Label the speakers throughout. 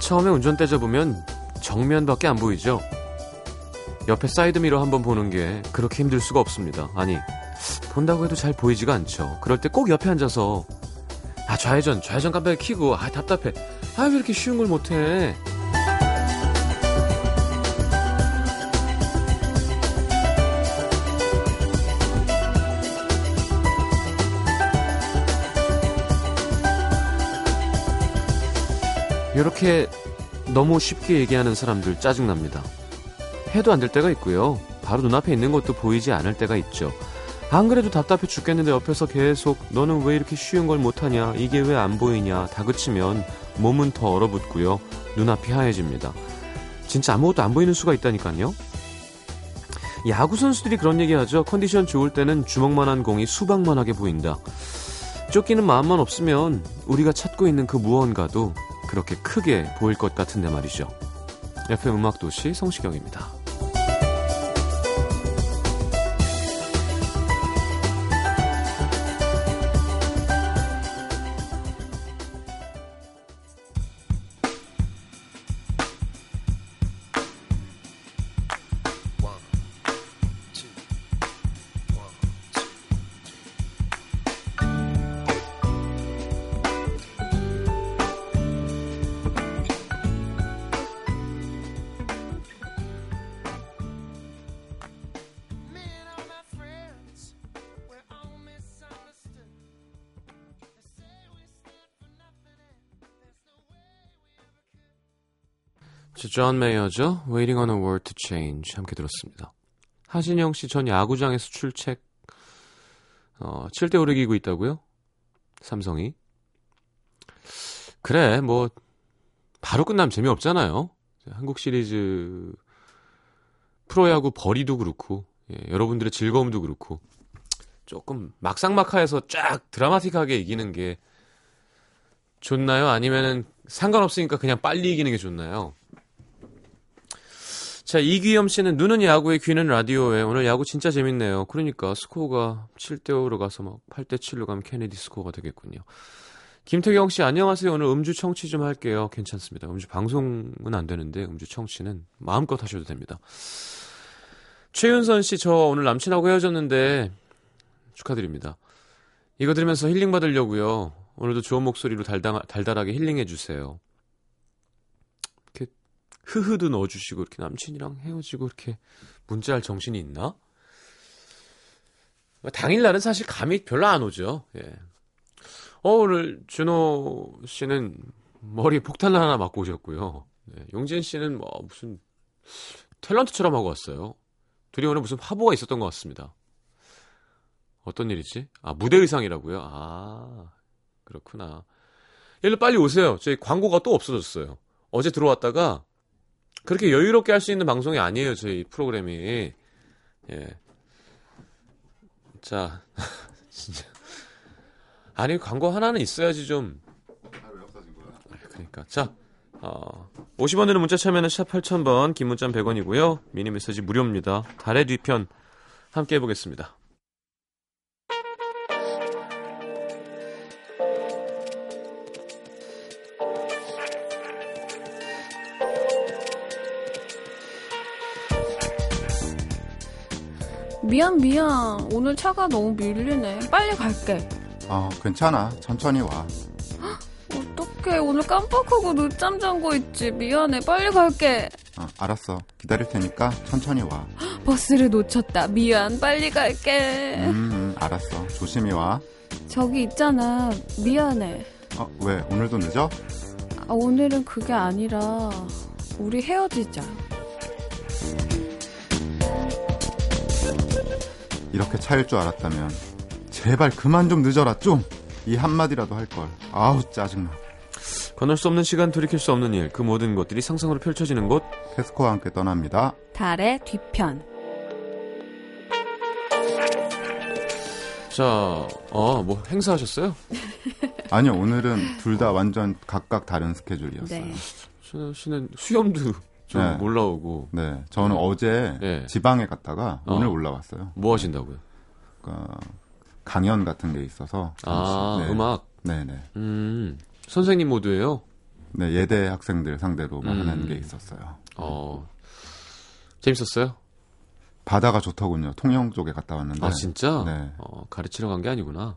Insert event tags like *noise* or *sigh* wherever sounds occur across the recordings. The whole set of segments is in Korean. Speaker 1: 처음에 운전대 잡으면 정면밖에 안 보이죠. 옆에 사이드미러 한번 보는 게 그렇게 힘들 수가 없습니다. 아니, 본다고 해도 잘 보이지가 않죠. 그럴 때 꼭 옆에 앉아서 아 좌회전 좌회전 깜빡이 키고 아 답답해 아 왜 이렇게 쉬운 걸 못해 이렇게 너무 쉽게 얘기하는 사람들 짜증납니다. 해도 안 될 때가 있고요. 바로 눈앞에 있는 것도 보이지 않을 때가 있죠. 안 그래도 답답해 죽겠는데 옆에서 계속 너는 왜 이렇게 쉬운 걸 못하냐 이게 왜 안 보이냐 다그치면 몸은 더 얼어붙고요 눈앞이 하얘집니다 진짜 아무것도 안 보이는 수가 있다니까요 야구 선수들이 그런 얘기하죠 컨디션 좋을 때는 주먹만한 공이 수박만하게 보인다 쫓기는 마음만 없으면 우리가 찾고 있는 그 무언가도 그렇게 크게 보일 것 같은데 말이죠 FM 음악도시 성시경입니다 존 메이어죠. Waiting on a World to Change 함께 들었습니다. 하진영 씨 전 야구장에서 출첵 어, 7대 5를 이기고 있다고요? 삼성이. 그래 뭐 바로 끝나면 재미없잖아요. 한국 시리즈 프로야구 벌이도 그렇고 예, 여러분들의 즐거움도 그렇고 조금 막상막하에서 쫙 드라마틱하게 이기는 게 좋나요? 아니면은 상관없으니까 그냥 빨리 이기는 게 좋나요? 자, 이귀염 씨는 눈은 야구에 귀는 라디오에 오늘 야구 진짜 재밌네요. 그러니까 스코어가 7대 5로 가서 막 8대 7로 가면 케네디 스코어가 되겠군요. 김태경 씨 안녕하세요. 오늘 음주 청취 좀 할게요. 괜찮습니다. 음주 방송은 안 되는데 음주 청취는 마음껏 하셔도 됩니다. 최윤선 씨 저 오늘 남친하고 헤어졌는데 축하드립니다. 이거 들으면서 힐링 받으려고요. 오늘도 좋은 목소리로 달달, 달달하게 힐링해 주세요. 흐흐도 넣어주시고 이렇게 남친이랑 헤어지고 이렇게 문자할 정신이 있나? 뭐 당일날은 사실 감이 별로 안 오죠. 예. 어, 오늘 준호 씨는 머리에 폭탄 하나 맞고 오셨고요. 예. 용진 씨는 뭐 무슨 탤런트처럼 하고 왔어요. 둘이 오늘 무슨 화보가 있었던 것 같습니다. 어떤 일이지? 아, 무대 의상이라고요? 아, 그렇구나. 일로 빨리 오세요. 저희 광고가 또 없어졌어요. 어제 들어왔다가 그렇게 여유롭게 할 수 있는 방송이 아니에요, 저희 프로그램이. 예. 자, *laughs* 진짜. 아니, 광고 하나는 있어야지 좀. 그러니까. 자, 어, 50원 되는 문자 참여는 샵 8000번, 긴 문자는 100원이고요. 미니 메시지 무료입니다. 달의 뒤편 함께 해보겠습니다.
Speaker 2: 미안 미안 오늘 차가 너무 밀리네 빨리 갈게
Speaker 3: 어, 괜찮아. 천천히 와. 어,
Speaker 2: 어떡해 오늘 깜빡하고 늦잠 잔 거 있지 미안해 빨리 갈게
Speaker 3: 어, 알았어. 기다릴 테니까 천천히 와.
Speaker 2: 버스를 놓쳤다 미안 빨리 갈게
Speaker 3: 음, 음, 알았어. 조심히 와.
Speaker 2: 저기 있잖아 미안해
Speaker 3: 어, 왜? 오늘도 늦어?
Speaker 2: 아, 오늘은 그게 아니라 우리 헤어지자
Speaker 3: 이렇게 차일 줄 알았다면 제발 그만 좀 늦어라 좀. 이 한마디라도 할 걸. 아우 짜증나.
Speaker 1: 건널 수 없는 시간, 돌이킬 수 없는 일, 그 모든 것들이 상상으로 펼쳐지는 곳.
Speaker 3: 테스코와 함께 떠납니다.
Speaker 2: 달의 뒤편
Speaker 1: 자, 어, 뭐 행사하셨어요?
Speaker 3: 아니요, 오늘은 둘 다 완전 각각 다른 스케줄이었어요.
Speaker 2: 네.
Speaker 1: 신은, 신은 수염도 좀
Speaker 3: 네.
Speaker 1: 올라오고.
Speaker 3: 네, 저는 어제
Speaker 1: 네.
Speaker 3: 지방에 갔다가
Speaker 1: 어.
Speaker 3: 오늘 올라왔어요.
Speaker 1: 뭐 하신다고요?
Speaker 3: 그러니까 강연 같은 게 있어서. 잠시,
Speaker 1: 아,
Speaker 3: 네.
Speaker 1: 음악.
Speaker 3: 네네.
Speaker 1: 음, 선생님 모드예요.
Speaker 3: 네, 예대 학생들 상대로 뭐
Speaker 1: 음.
Speaker 3: 하는 게 있었어요.
Speaker 1: 어, 재밌었어요?
Speaker 3: 바다가 좋더군요. 통영 쪽에 갔다 왔는데
Speaker 1: 아, 진짜?
Speaker 3: 네.
Speaker 1: 어, 가르치러 간 게 아니구나.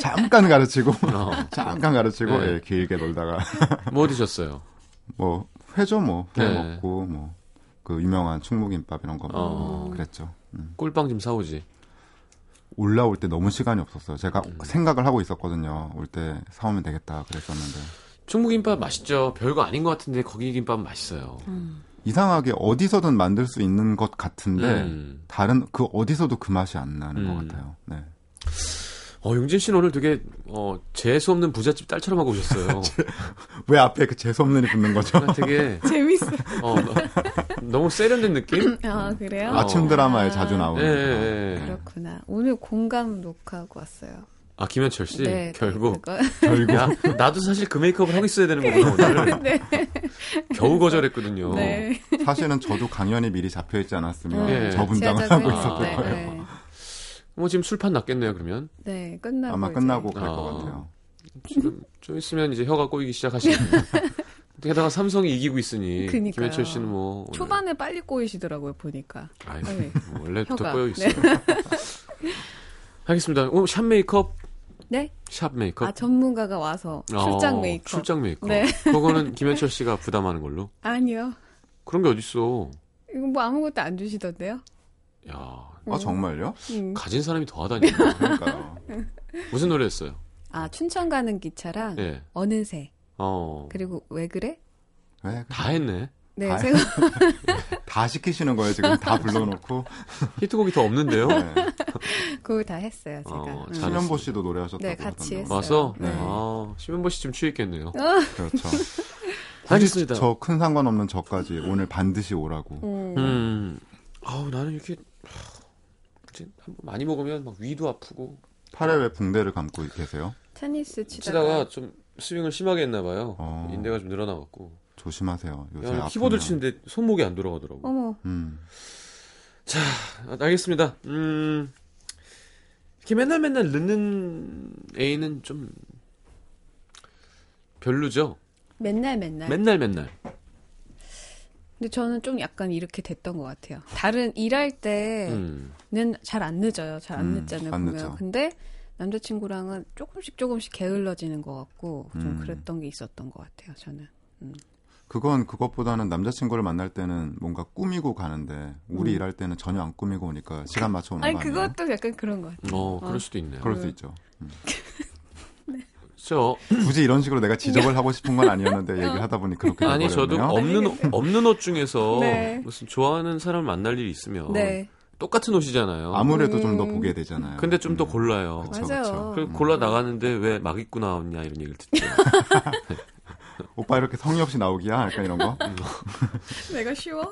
Speaker 3: 잠깐
Speaker 1: *laughs*
Speaker 3: 가르치고
Speaker 1: 어.
Speaker 3: 잠깐 가르치고
Speaker 1: 네.
Speaker 3: 예, 길게 놀다가
Speaker 1: 뭐 드셨어요?
Speaker 3: 뭐 회죠 뭐 회
Speaker 1: 네.
Speaker 3: 먹고 뭐 그 유명한 충무김밥 이런 거 먹고
Speaker 1: 어.
Speaker 3: 그랬죠. 음.
Speaker 1: 꿀빵 좀 사오지.
Speaker 3: 올라올 때 너무 시간이 없었어요. 제가
Speaker 1: 음.
Speaker 3: 생각을 하고 있었거든요. 올 때 사오면 되겠다 그랬었는데
Speaker 1: 충무김밥 맛있죠? 별거 아닌 것 같은데 거기 김밥 맛있어요.
Speaker 3: 음. 이상하게 어디서든 만들 수 있는 것 같은데
Speaker 1: 음.
Speaker 3: 다른 그 어디서도 그 맛이 안 나는
Speaker 1: 음.
Speaker 3: 것 같아요. 네.
Speaker 1: 어, 용진 씨는 오늘 되게, 어, 재수 없는 부잣집 딸처럼 하고
Speaker 3: *laughs*
Speaker 1: 오셨어요.
Speaker 3: 왜 앞에 그 재수 없는이 붙는 거죠?
Speaker 1: *laughs* 그러니까 되게,
Speaker 2: *laughs* 재밌어.
Speaker 1: 어, 너무 세련된 느낌?
Speaker 2: *laughs* 아, 그래요?
Speaker 1: 아,
Speaker 3: 아침 네. 드라마에
Speaker 2: 아.
Speaker 3: 자주 나오는.
Speaker 1: 예, 예, 예.
Speaker 2: 그렇구나. 오늘 공감 녹화하고 왔어요.
Speaker 1: 아, 김현철 씨? 결국.
Speaker 2: 그거. *laughs*
Speaker 3: 결국
Speaker 1: 야, 나도 사실 그 메이크업을 하고 있어야 되는 거구나, 오늘.
Speaker 2: 네.
Speaker 1: 겨우 거절했거든요.
Speaker 2: 네.
Speaker 3: 사실은 저도 강연이 미리 잡혀 있지 않았으면
Speaker 1: 예.
Speaker 3: 네. 저 분장을
Speaker 2: 제작을
Speaker 3: 하고
Speaker 1: 있었을
Speaker 2: 했을 때,
Speaker 1: 거예요.
Speaker 2: 네.
Speaker 1: 뭐 지금 술판 났겠네요, 그러면.
Speaker 2: 네, 끝나고.
Speaker 3: 아마
Speaker 2: 이제.
Speaker 3: 끝나고 갈 것
Speaker 1: 아.
Speaker 3: 같아요.
Speaker 1: 지금 좀 있으면 이제 혀가 꼬이기
Speaker 2: *laughs*
Speaker 1: 시작하시거든요. 게다가 삼성이 이기고 있으니
Speaker 2: 그니까요.
Speaker 1: 김현철 씨는 뭐 오늘-
Speaker 2: 초반에 빨리 꼬이시더라고요, 보니까.
Speaker 1: 아이,
Speaker 2: 네.
Speaker 1: 뭐 원래부터
Speaker 2: 혀가.
Speaker 1: 꼬여 있어요. *laughs* 알겠습니다. 오늘 샵 메이크업,
Speaker 2: 네?
Speaker 1: 샵 메이크업.
Speaker 2: 아, 전문가가 와서
Speaker 1: 그 어,
Speaker 2: 출장 메이크업.
Speaker 1: 출장 메이크업.
Speaker 2: 네.
Speaker 1: 그거는 김현철 씨가 부담하는 걸로.
Speaker 2: 아니요.
Speaker 1: 그런 게 어딨어.
Speaker 2: 이거 뭐 아무것도 안 주시던데요?
Speaker 1: 야,
Speaker 3: 아 정말요?
Speaker 2: 음.
Speaker 1: 가진 사람이 더 하다니.
Speaker 3: 그러니까요.
Speaker 1: 무슨 노래 했어요?
Speaker 2: 아, 춘천 가는 기차랑
Speaker 1: 예.
Speaker 2: 어느새
Speaker 1: 어.
Speaker 2: 그리고 왜 그래?
Speaker 3: 왜?
Speaker 1: 다 했네.
Speaker 2: 네,
Speaker 3: 아,
Speaker 2: 제가
Speaker 3: 다 시키시는 거예요 지금 다 불러놓고.
Speaker 1: 히트곡이 더 없는데요?
Speaker 3: 네.
Speaker 2: 그거 다 했어요, 제가.
Speaker 1: 어,
Speaker 2: 음.
Speaker 1: 잘-
Speaker 3: 신현보 씨도 노래하셨다고
Speaker 2: 네, 같이
Speaker 3: 하던데요.
Speaker 2: 했어요.
Speaker 1: 와서
Speaker 3: 네.
Speaker 1: 아, 심현보 씨 지금 취해 있겠네요.
Speaker 3: 그렇죠.
Speaker 1: 알겠습니다.
Speaker 3: 저 큰 상관없는 저까지 오늘 반드시 오라고.
Speaker 2: 음.
Speaker 1: 음. 아우 나는 이렇게 하, 이제 한번 많이 먹으면 막 위도 아프고
Speaker 3: 팔에 왜 붕대를 감고 계세요?
Speaker 2: 테니스 치다가
Speaker 1: 치다가 좀 스윙을 심하게 했나 봐요.
Speaker 3: 어.
Speaker 1: 인대가 좀 늘어나 갖고.
Speaker 3: 조심하세요. 요새
Speaker 1: 야,
Speaker 3: 아프면.
Speaker 1: 키보드 치는데 손목이 안 돌아가더라고.
Speaker 2: 어머,
Speaker 3: 음.
Speaker 1: 아, 알겠습니다. 음. 이렇게 맨날 맨날 늦는 애인은 좀 별로죠.
Speaker 2: 맨날 맨날.
Speaker 1: 맨날 맨날.
Speaker 2: 근데 저는 좀 약간 이렇게 됐던 것 같아요. 다른 일할 때는
Speaker 1: 음.
Speaker 2: 잘 안 늦어요. 잘 안
Speaker 3: 음,
Speaker 2: 늦잖아요,
Speaker 3: 안
Speaker 2: 보면.
Speaker 3: 늦죠.
Speaker 2: 근데 남자친구랑은 조금씩 조금씩 게을러지는 것 같고 좀
Speaker 3: 음.
Speaker 2: 그랬던 게 있었던 것 같아요, 저는.
Speaker 3: 그건 그것보다는 남자친구를 만날 때는 뭔가 꾸미고 가는데 우리
Speaker 2: 음.
Speaker 3: 일할 때는 전혀 안 꾸미고 오니까 시간 맞춰 오는
Speaker 2: 아니,
Speaker 3: 거 아니에요?
Speaker 2: 그것도 약간 그런 것 같아요.
Speaker 1: 어,
Speaker 2: 어.
Speaker 1: 그럴 수도 있네요.
Speaker 3: 그럴 수 있죠.
Speaker 1: 저
Speaker 3: 굳이 이런 식으로 내가
Speaker 2: 예.
Speaker 3: 지적을 하고 싶은 건
Speaker 2: 어.
Speaker 3: 아니었는데 얘기를 하다 보니 그렇게
Speaker 1: 아니 저도
Speaker 3: 돼버렸네요.
Speaker 1: 없는 옷- 없는 옷 중에서
Speaker 2: *laughs* 네.
Speaker 1: 무슨 좋아하는 사람 만날 일이 있으면
Speaker 2: 네,
Speaker 1: 똑같은 옷이잖아요.
Speaker 3: 아무래도 좀 더
Speaker 2: 음.
Speaker 3: 보게 되잖아요.
Speaker 1: 근데 좀 더
Speaker 3: 음.
Speaker 1: 골라요.
Speaker 3: 그쵸,
Speaker 2: 맞아요. 음.
Speaker 3: 그쵸.
Speaker 1: 그리고 골라 나가는데 왜 막 입고 나왔냐 이런 얘기를 듣죠.
Speaker 3: 오빠 이렇게 성의 없이 나오기야? 약간 이런 거?
Speaker 1: 음.
Speaker 2: 내가 쉬워.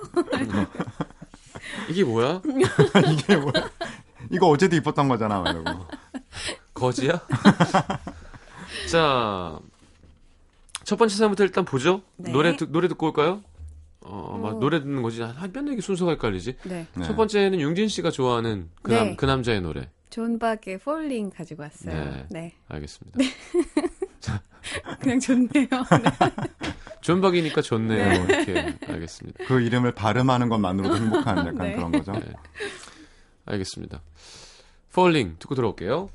Speaker 1: 이게 뭐야?
Speaker 3: *laughs* 이게 뭐야? 이거 어제도 입었던 거잖아. 막 이러고.
Speaker 1: 거지야? 자, 첫 번째 사연부터 일단 보죠.
Speaker 2: 네.
Speaker 1: 노래 듣 노래 듣고 올까요? 어, 막
Speaker 2: 음.
Speaker 1: 노래 듣는 거지. 한 몇 얘기 순서가 헷갈리지.
Speaker 2: 네,
Speaker 3: 네.
Speaker 1: 첫 번째는 융진 씨가 좋아하는 그, 남,
Speaker 2: 네.
Speaker 1: 그 남자의 노래.
Speaker 2: 존 박의 폴링 가지고 왔어요.
Speaker 1: 네.
Speaker 2: 네.
Speaker 1: 알겠습니다.
Speaker 2: 그냥 좋네요. *laughs*
Speaker 1: 존박이니까 좋네요. 뭐 이렇게 알겠습니다.
Speaker 3: 그 이름을 발음하는 것만으로도 행복한 약간
Speaker 2: 네.
Speaker 3: 그런 거죠.
Speaker 1: 네. 알겠습니다. Falling 듣고 들어올게요.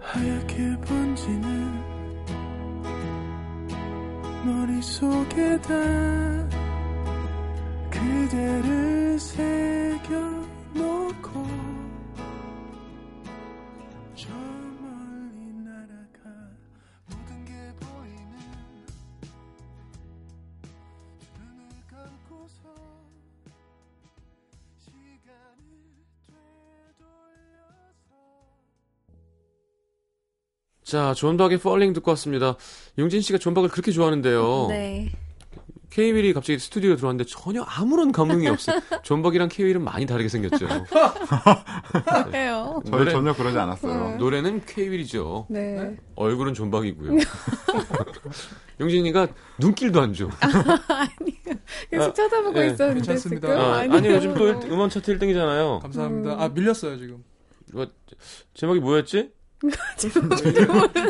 Speaker 4: 하얗게 번지는 머릿속에다 그대를 새겨놓고 저 멀리 날아가 모든 게 보이는 눈을 감고서 시간을 되돌려서
Speaker 1: 어. 자, 존박의 Falling 듣고 왔습니다. 용진 씨가 존박을 그렇게 좋아하는데요.
Speaker 2: 네.
Speaker 1: 케이윌이 갑자기 스튜디오에 들어왔는데 전혀 아무런 감흥이 없어. 존박이랑 케이윌은 많이 다르게 생겼죠.
Speaker 2: 해요.
Speaker 3: 저희
Speaker 1: 노래-
Speaker 3: 전혀 그러지
Speaker 2: 음.
Speaker 3: 않았어요.
Speaker 1: 노래는 케이윌이죠.
Speaker 2: 네.
Speaker 1: 얼굴은 존박이고요. *laughs* 용진이가 눈길도 안 줘.
Speaker 2: 계속
Speaker 1: 아,
Speaker 2: 쳐다보고
Speaker 1: 예,
Speaker 2: 있었는데
Speaker 5: 괜찮습니다.
Speaker 1: 아,
Speaker 2: 지금
Speaker 1: 아니, 요즘 또 일- 음원 차트 1등이잖아요.
Speaker 5: 감사합니다. 아 밀렸어요 지금.
Speaker 1: 제목이 뭐였지?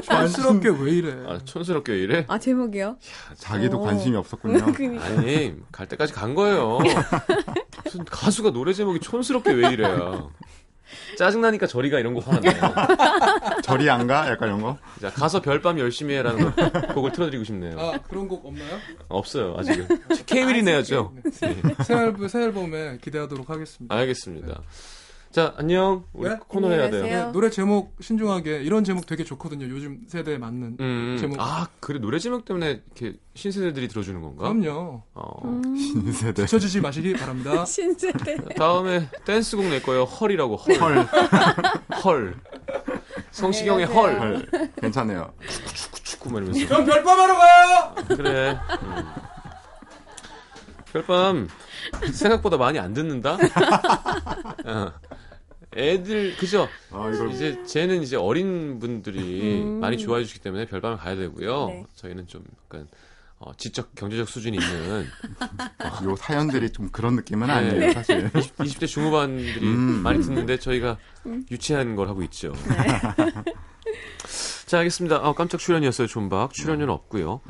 Speaker 5: 안쓰럽게 왜 이래?
Speaker 1: 아, 촌스럽게 왜 이래?
Speaker 2: 아 제목이요?
Speaker 3: 자기도
Speaker 2: 어.
Speaker 3: 관심이 없었군요.
Speaker 2: *laughs* 그니까.
Speaker 1: 아니, 갈 때까지 간 거예요. 무슨 가수가 노래 제목이 촌스럽게 왜 이래요. 짜증나니까 저리가 이런 거 화나요.
Speaker 3: 저리 안 가? 약간 이런 거?
Speaker 1: 자, 가서 별밤 열심히 해라는 곡을 틀어드리고 싶네요.
Speaker 5: 아 그런 곡 없나요? 네,
Speaker 1: 없어요, 아직은. 케이윌이 내야죠. 아, 예.
Speaker 5: 새 앨범 새 앨범에 기대하도록 하겠습니다.
Speaker 1: 알겠습니다. 자, 안녕. 우리
Speaker 5: 네?
Speaker 1: 코너 해야 돼요.
Speaker 2: 안녕히
Speaker 5: 네, 노래 제목 신중하게 이런 제목 되게 좋거든요. 요즘 세대에 맞는
Speaker 1: 음,
Speaker 5: 제목.
Speaker 1: 아, 그래, 노래 제목 때문에 이렇게 신세대들이 들어주는 건가?
Speaker 5: 그럼요.
Speaker 1: 어.
Speaker 2: 음,
Speaker 3: 신세대.
Speaker 5: 지쳐지지 마시기
Speaker 1: *laughs*
Speaker 5: 바랍니다.
Speaker 2: 신세대.
Speaker 1: 다음에 댄스곡 낼 거예요. 헐이라고, 헐.
Speaker 3: 헐.
Speaker 1: 헐. 성시경의
Speaker 2: 안녕히
Speaker 1: 헐.
Speaker 2: 가세요.
Speaker 3: 헐. 괜찮아요.
Speaker 1: 축구 막 이러면서.
Speaker 5: 그럼 별밤하러 가요.
Speaker 1: 그래. 음. 별밤, 생각보다 많이 안 듣는다? 어. 애들, 그죠?
Speaker 3: 아, 이걸
Speaker 1: 이제 쟤는 이제 어린 분들이
Speaker 2: 음.
Speaker 1: 많이 좋아해 주시기 때문에 별밤을 가야 되고요.
Speaker 2: 네.
Speaker 1: 저희는 좀 약간 어, 지적 경제적 수준이 있는
Speaker 3: 아, 요 사연들이 좀 그런 느낌은
Speaker 1: 네.
Speaker 3: 아니에요,
Speaker 2: *laughs*
Speaker 3: 사실.
Speaker 1: 20대 중후반들이
Speaker 3: 음.
Speaker 1: 많이 듣는데 저희가
Speaker 2: 음.
Speaker 1: 유치한 걸 하고 있죠.
Speaker 2: 네.
Speaker 1: *laughs* 자, 알겠습니다. 아, 깜짝 출연이었어요, 존박. 출연료는 없고요.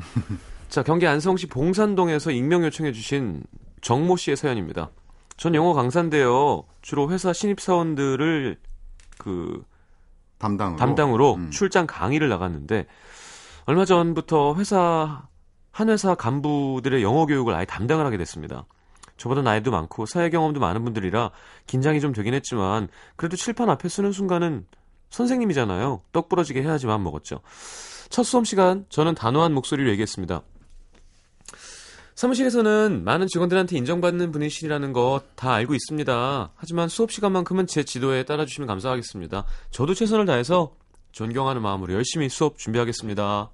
Speaker 1: 자, 경기 안성시 봉산동에서 익명 요청해 주신 정모 씨의 사연입니다. 전 영어 강사인데요. 주로 회사 신입 사원들을 그
Speaker 3: 담당으로.
Speaker 1: 담당으로
Speaker 3: 음.
Speaker 1: 출장 강의를 나갔는데 얼마 전부터 회사 한 회사 간부들의 영어 교육을 아예 담당을 하게 됐습니다. 저보다 나이도 많고 사회 경험도 많은 분들이라 긴장이 좀 되긴 했지만 그래도 칠판 앞에 쓰는 순간은 선생님이잖아요. 떡 부러지게 해야지 마음 먹었죠. 첫 수업 시간 저는 단호한 목소리로 얘기했습니다. 사무실에서는 많은 직원들한테 인정받는 분이시라는 거 다 알고 있습니다. 하지만 수업 시간만큼은 제 지도에 따라주시면 감사하겠습니다. 저도 최선을 다해서 존경하는 마음으로 열심히 수업 준비하겠습니다.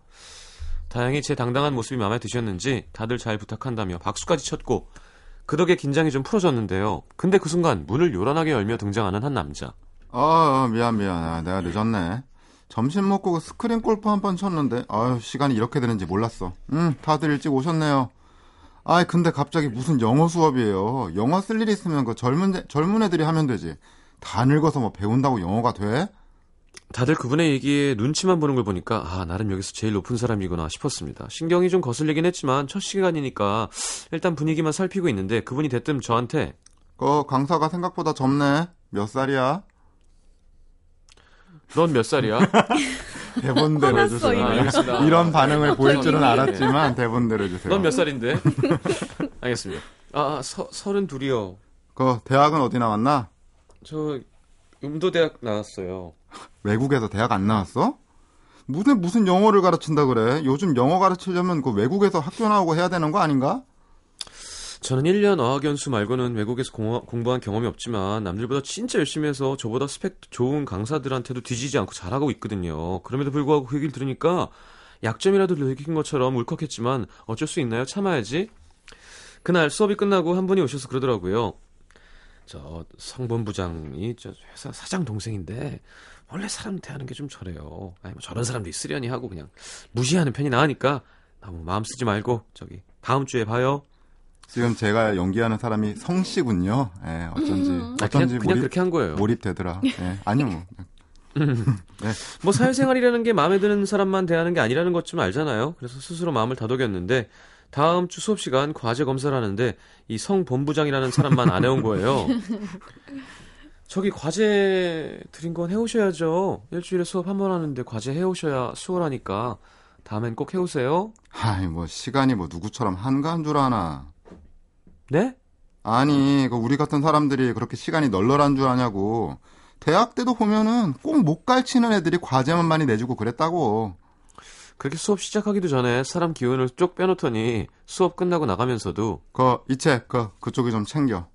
Speaker 1: 다행히 제 당당한 모습이 마음에 드셨는지 다들 잘 부탁한다며 박수까지 쳤고 그 덕에 긴장이 좀 풀어졌는데요. 근데 그 순간 문을 요란하게 열며 등장하는 한 남자.
Speaker 3: 아, 아, 미안, 미안. 아, 내가 늦었네. 점심 먹고 그 스크린 골프 한 번 쳤는데, 아유, 시간이 이렇게 되는지 몰랐어. 응, 다들 일찍 오셨네요. 아이, 근데 갑자기 무슨 영어 수업이에요. 영어 쓸 일이 있으면 그 젊은, 젊은 애들이 하면 되지. 다 늙어서 뭐 배운다고 영어가 돼?
Speaker 1: 다들 그분의 얘기에 눈치만 보는 걸 보니까 아 나름 여기서 제일 높은 사람이구나 싶었습니다. 신경이 좀 거슬리긴 했지만 첫 시간이니까 일단 분위기만 살피고 있는데 그분이 대뜸 저한테
Speaker 3: 그 강사가 생각보다 젊네. 몇 살이야?
Speaker 1: 넌 몇 살이야?
Speaker 3: 대본대로
Speaker 2: 화났어,
Speaker 3: 해주세요.
Speaker 2: 이미.
Speaker 1: 알겠습니다.
Speaker 3: 이런 반응을 보일 줄은
Speaker 1: 예.
Speaker 3: 알았지만 대본대로 해주세요.
Speaker 1: 넌 몇 살인데? 알겠습니다. 아, 서, 서른 둘이요.
Speaker 3: 그 대학은 어디 나왔나?
Speaker 1: 저 음도대학 나왔어요.
Speaker 3: 외국에서 대학 안 나왔어? 무슨 무슨 영어를 가르친다 그래? 요즘 영어 가르치려면 그 외국에서 학교 나오고 해야 되는 거 아닌가?
Speaker 1: 저는 1년 어학연수 말고는 외국에서 공허- 공부한 경험이 없지만 남들보다 진짜 열심히 해서 저보다 스펙 좋은 강사들한테도 뒤지지 않고 잘하고 있거든요. 그럼에도 불구하고 그 얘기를 들으니까 약점이라도 느낀 것처럼 울컥했지만 어쩔 수 있나요? 참아야지. 그날 수업이 끝나고 한 분이 오셔서 그러더라고요. 저 성본부장이 저 회사 사장 동생인데 원래 사람 대하는 게 좀 저래요. 아니 뭐 저런 사람도 있으려니 하고 그냥 무시하는 편이 나으니까 너무 마음 쓰지 말고 저기 다음 주에 봐요.
Speaker 3: 지금 제가 연기하는 사람이 성씨군요. 예, 어쩐지
Speaker 1: 아, 그냥,
Speaker 3: 어쩐지
Speaker 1: 그냥
Speaker 3: 몰입
Speaker 1: 그렇게 한 거예요.
Speaker 3: 몰입되더라. 예, 아니 뭐
Speaker 1: 뭐 사회생활이라는 게 마음에 드는 사람만 대하는 게 아니라는 것 좀 알잖아요. 그래서 스스로 마음을 다독였는데 다음 주 수업 시간 과제 검사를 하는데 이 성 본부장이라는 사람만 안 해온 거예요.
Speaker 3: *laughs*
Speaker 1: 저기 과제 드린 건 해오셔야죠. 일주일에 수업 한 번 하는데 과제 해오셔야 수월하니까 다음엔 꼭 해오세요.
Speaker 3: 아이 뭐 시간이 뭐 누구처럼 한가한 줄 아나.
Speaker 1: 네?
Speaker 3: 아니, 그 우리 같은 사람들이 그렇게 시간이 널널한 줄 아냐고. 대학 때도 보면은 꼭 못 갈치는 애들이 과제만 많이 내주고 그랬다고.
Speaker 1: 그렇게 수업 시작하기도 전에 사람 기운을 쭉 빼놓더니 수업 끝나고 나가면서도
Speaker 3: 그 이책 그 그쪽에 좀 챙겨.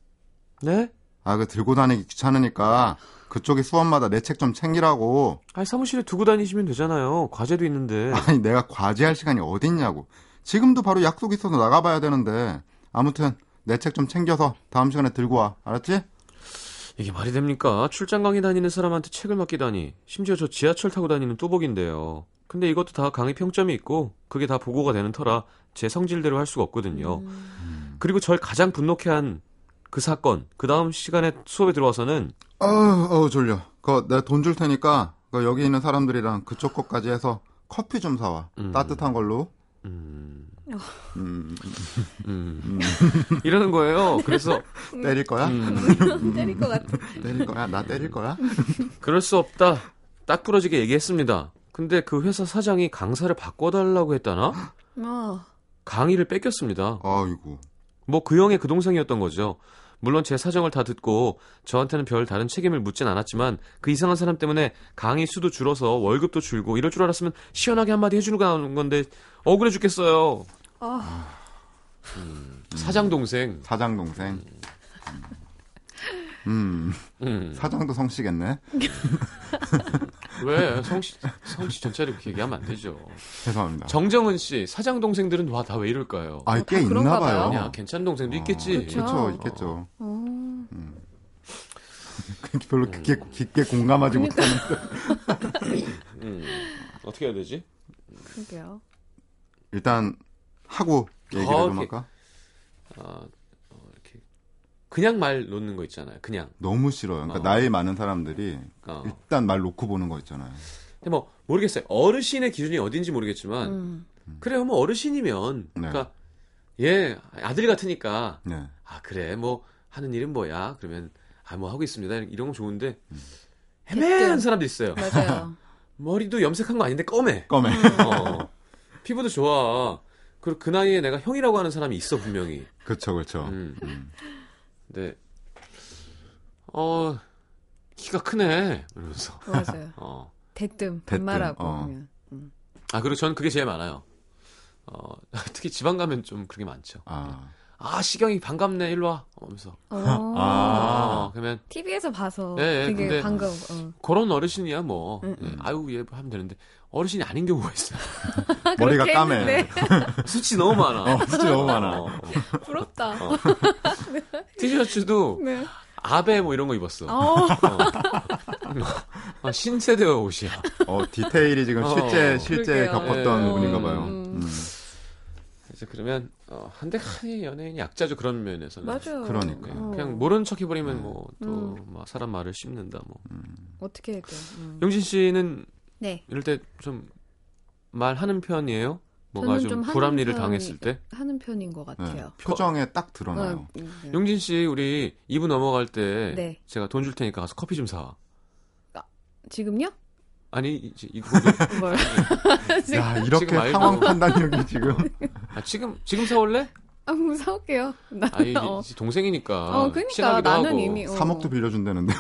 Speaker 1: 네?
Speaker 3: 아, 그 들고 다니기 귀찮으니까 그쪽이 수업마다 내 책 좀 챙기라고.
Speaker 1: 아니 사무실에 두고 다니시면 되잖아요. 과제도 있는데.
Speaker 3: 아니, 내가 과제할 시간이 어딨냐고. 지금도 바로 약속 있어서 나가봐야 되는데 아무튼 내 책 좀 챙겨서 다음 시간에 들고 와 알았지?
Speaker 1: 이게 말이 됩니까? 출장 강의 다니는 사람한테 책을 맡기다니. 심지어 저 지하철 타고 다니는 뚜벅인데요. 근데 이것도 다 강의 평점이 있고 그게 다 보고가 되는 터라 제 성질대로 할 수가 없거든요.
Speaker 2: 음.
Speaker 1: 그리고 절 가장 분노케 한 그 사건. 그 다음 시간에 수업에 들어와서는
Speaker 3: 어우 어우, 졸려 그거 내가 돈 줄 테니까 그거 여기 있는 사람들이랑 그쪽 것까지 해서 커피 좀 사와
Speaker 1: 음.
Speaker 3: 따뜻한 걸로
Speaker 1: 음,
Speaker 3: 음,
Speaker 1: 음. 이러는 거예요. 그래서
Speaker 3: 때릴 거야?
Speaker 1: 음,
Speaker 2: *laughs* 때릴 것 같아.
Speaker 3: 때릴 거야? 나 때릴 거야?
Speaker 1: 그럴 수 없다. 딱 부러지게 얘기했습니다. 근데 그 회사 사장이 강사를 바꿔달라고 했다나?
Speaker 2: 어.
Speaker 1: 강의를 뺏겼습니다.
Speaker 3: 아이고
Speaker 1: 뭐 그 형의 그 동생이었던 거죠. 물론 제 사정을 다 듣고 저한테는 별 다른 책임을 묻진 않았지만 그 이상한 사람 때문에 강의 수도 줄어서 월급도 줄고 이럴 줄 알았으면 시원하게 한마디 해주는 거 하는 건데 억울해 죽겠어요.
Speaker 2: 아,
Speaker 1: 사장 동생.
Speaker 3: 사장 동생 음
Speaker 1: 음.
Speaker 3: 사장도 성씨겠네
Speaker 1: 왜 성씨 성씨 전체를 그렇게 얘기하면 안 되죠.
Speaker 3: 죄송합니다
Speaker 1: 정정은 씨 사장 동생들은 와 다 왜 이럴까요?
Speaker 3: 아
Speaker 2: 다
Speaker 3: 꽤 있나
Speaker 2: 그런가
Speaker 3: 봐요
Speaker 2: 봐요.
Speaker 1: 그냥 괜찮은 동생도
Speaker 3: 아,
Speaker 1: 있겠지.
Speaker 2: 그쵸.
Speaker 3: 그렇죠 있겠죠
Speaker 2: 어.
Speaker 3: 별로 깊게, 깊게 공감하지
Speaker 2: 그러니까.
Speaker 3: 못하는
Speaker 1: 음. 어떻게 해야 되지?
Speaker 2: 그게요.
Speaker 3: 일단 하고 얘기를
Speaker 1: 어,
Speaker 3: 좀
Speaker 1: 오케이.
Speaker 3: 할까?
Speaker 1: 아, 어, 이렇게 그냥 말 놓는 거 있잖아요. 그냥.
Speaker 3: 너무 싫어요 그러니까
Speaker 1: 어.
Speaker 3: 나이 많은 사람들이
Speaker 1: 어.
Speaker 3: 일단 말 놓고 보는 거 있잖아요
Speaker 1: 근데 뭐 모르겠어요. 어르신의 기준이 어딘지 모르겠지만
Speaker 2: 음.
Speaker 1: 그래요. 뭐 어르신이면
Speaker 3: 네.
Speaker 1: 그러니까 예 아들 같으니까
Speaker 3: 네.
Speaker 1: 아 그래 뭐 하는 일은 뭐야 그러면 아 뭐 하고 있습니다 이런 거 좋은데
Speaker 3: 음.
Speaker 2: 됐든.
Speaker 1: 헤매한 사람도 있어요.
Speaker 2: 맞아요.
Speaker 1: 머리도 염색한 거 아닌데 검해.
Speaker 3: 껌에
Speaker 1: 어. 피부도 좋아. 그리고 그 나이에 내가 형이라고 하는 사람이 있어 분명히.
Speaker 3: *laughs* 그쵸 그쵸
Speaker 1: 음.
Speaker 3: 음.
Speaker 1: 근데 어 키가 크네 이러면서.
Speaker 2: 맞아요.
Speaker 1: 어.
Speaker 2: 대뜸
Speaker 3: 대뜸,
Speaker 2: 반말하고
Speaker 3: 어.
Speaker 2: 그냥.
Speaker 1: 아 그리고 저는 그게 제일 많아요. 어 *laughs* 특히 지방 가면 좀 그게 많죠.
Speaker 3: 아.
Speaker 1: 아 시경이 반갑네 일로 와 하면서
Speaker 2: 어.
Speaker 1: 아
Speaker 3: 아.
Speaker 1: 그러면
Speaker 2: TV에서 봐서
Speaker 1: 예, 예,
Speaker 2: 되게
Speaker 1: 근데-
Speaker 2: 반가워. 어.
Speaker 1: 그런 어르신이야 뭐
Speaker 2: 음,
Speaker 1: 예, 아유 예 하면 되는데 어르신이 아닌 경우가 있어요 *laughs*
Speaker 2: 아,
Speaker 3: 머리가
Speaker 2: 그렇게
Speaker 3: 까매.
Speaker 2: 했는데.
Speaker 1: 수치 너무 많아
Speaker 3: 어, 진짜 너무 많아
Speaker 1: 어,
Speaker 2: *laughs* 부럽다.
Speaker 3: *laughs*
Speaker 1: 어. 티셔츠도
Speaker 2: 네.
Speaker 1: 아베 뭐 이런 거 입었어
Speaker 2: 어.
Speaker 1: 어. 아, 신세대 옷이야
Speaker 3: 어, 디테일이 지금
Speaker 1: 어.
Speaker 3: 실제 실제
Speaker 2: 그러게요.
Speaker 3: 겪었던
Speaker 1: 네.
Speaker 3: 분인가 봐요
Speaker 2: 음.
Speaker 3: 음.
Speaker 1: 그래서 그러면 어, 한데 칸이 연예인이 약자죠 그런 면에서는 네,
Speaker 2: 맞아요.
Speaker 3: 그러니까.
Speaker 2: 어.
Speaker 1: 그냥 모른 척 해버리면 뭐 또
Speaker 2: 음.
Speaker 1: 사람 말을 씹는다 뭐
Speaker 2: 어떻게 해야 돼? 음.
Speaker 1: 용진 씨는
Speaker 2: 네.
Speaker 1: 이럴 때 좀 말하는 편이에요? 뭔가
Speaker 2: 저는
Speaker 1: 좀
Speaker 2: 좀 하는
Speaker 1: 불합리를
Speaker 2: 편이-
Speaker 1: 당했을 때?
Speaker 2: 하는 편인 것
Speaker 3: 네.
Speaker 2: 같아요.
Speaker 3: 표정에 딱 드러나요
Speaker 2: 어, 음, 음.
Speaker 1: 용진 씨 우리 2부 넘어갈 때
Speaker 2: 네.
Speaker 1: 제가 돈 줄 테니까 가서 커피 좀 사와.
Speaker 2: 지금요?
Speaker 1: 아니 이제 이거도
Speaker 2: 뭘?
Speaker 1: 네.
Speaker 2: *laughs* 지금
Speaker 3: 야 이렇게
Speaker 1: 지금 말도-
Speaker 3: 상황 판단력이 지금
Speaker 1: 아, 지금 지금 사올래?
Speaker 2: 아, 그럼 사올게요. 나,
Speaker 1: 아니 아, 이제
Speaker 2: *laughs* 어.
Speaker 1: 동생이니까.
Speaker 2: 어, 그니까.
Speaker 1: 친하기도
Speaker 2: 나는
Speaker 1: 하고.
Speaker 2: 이미. *laughs* 어.
Speaker 3: 3억도 빌려준다는데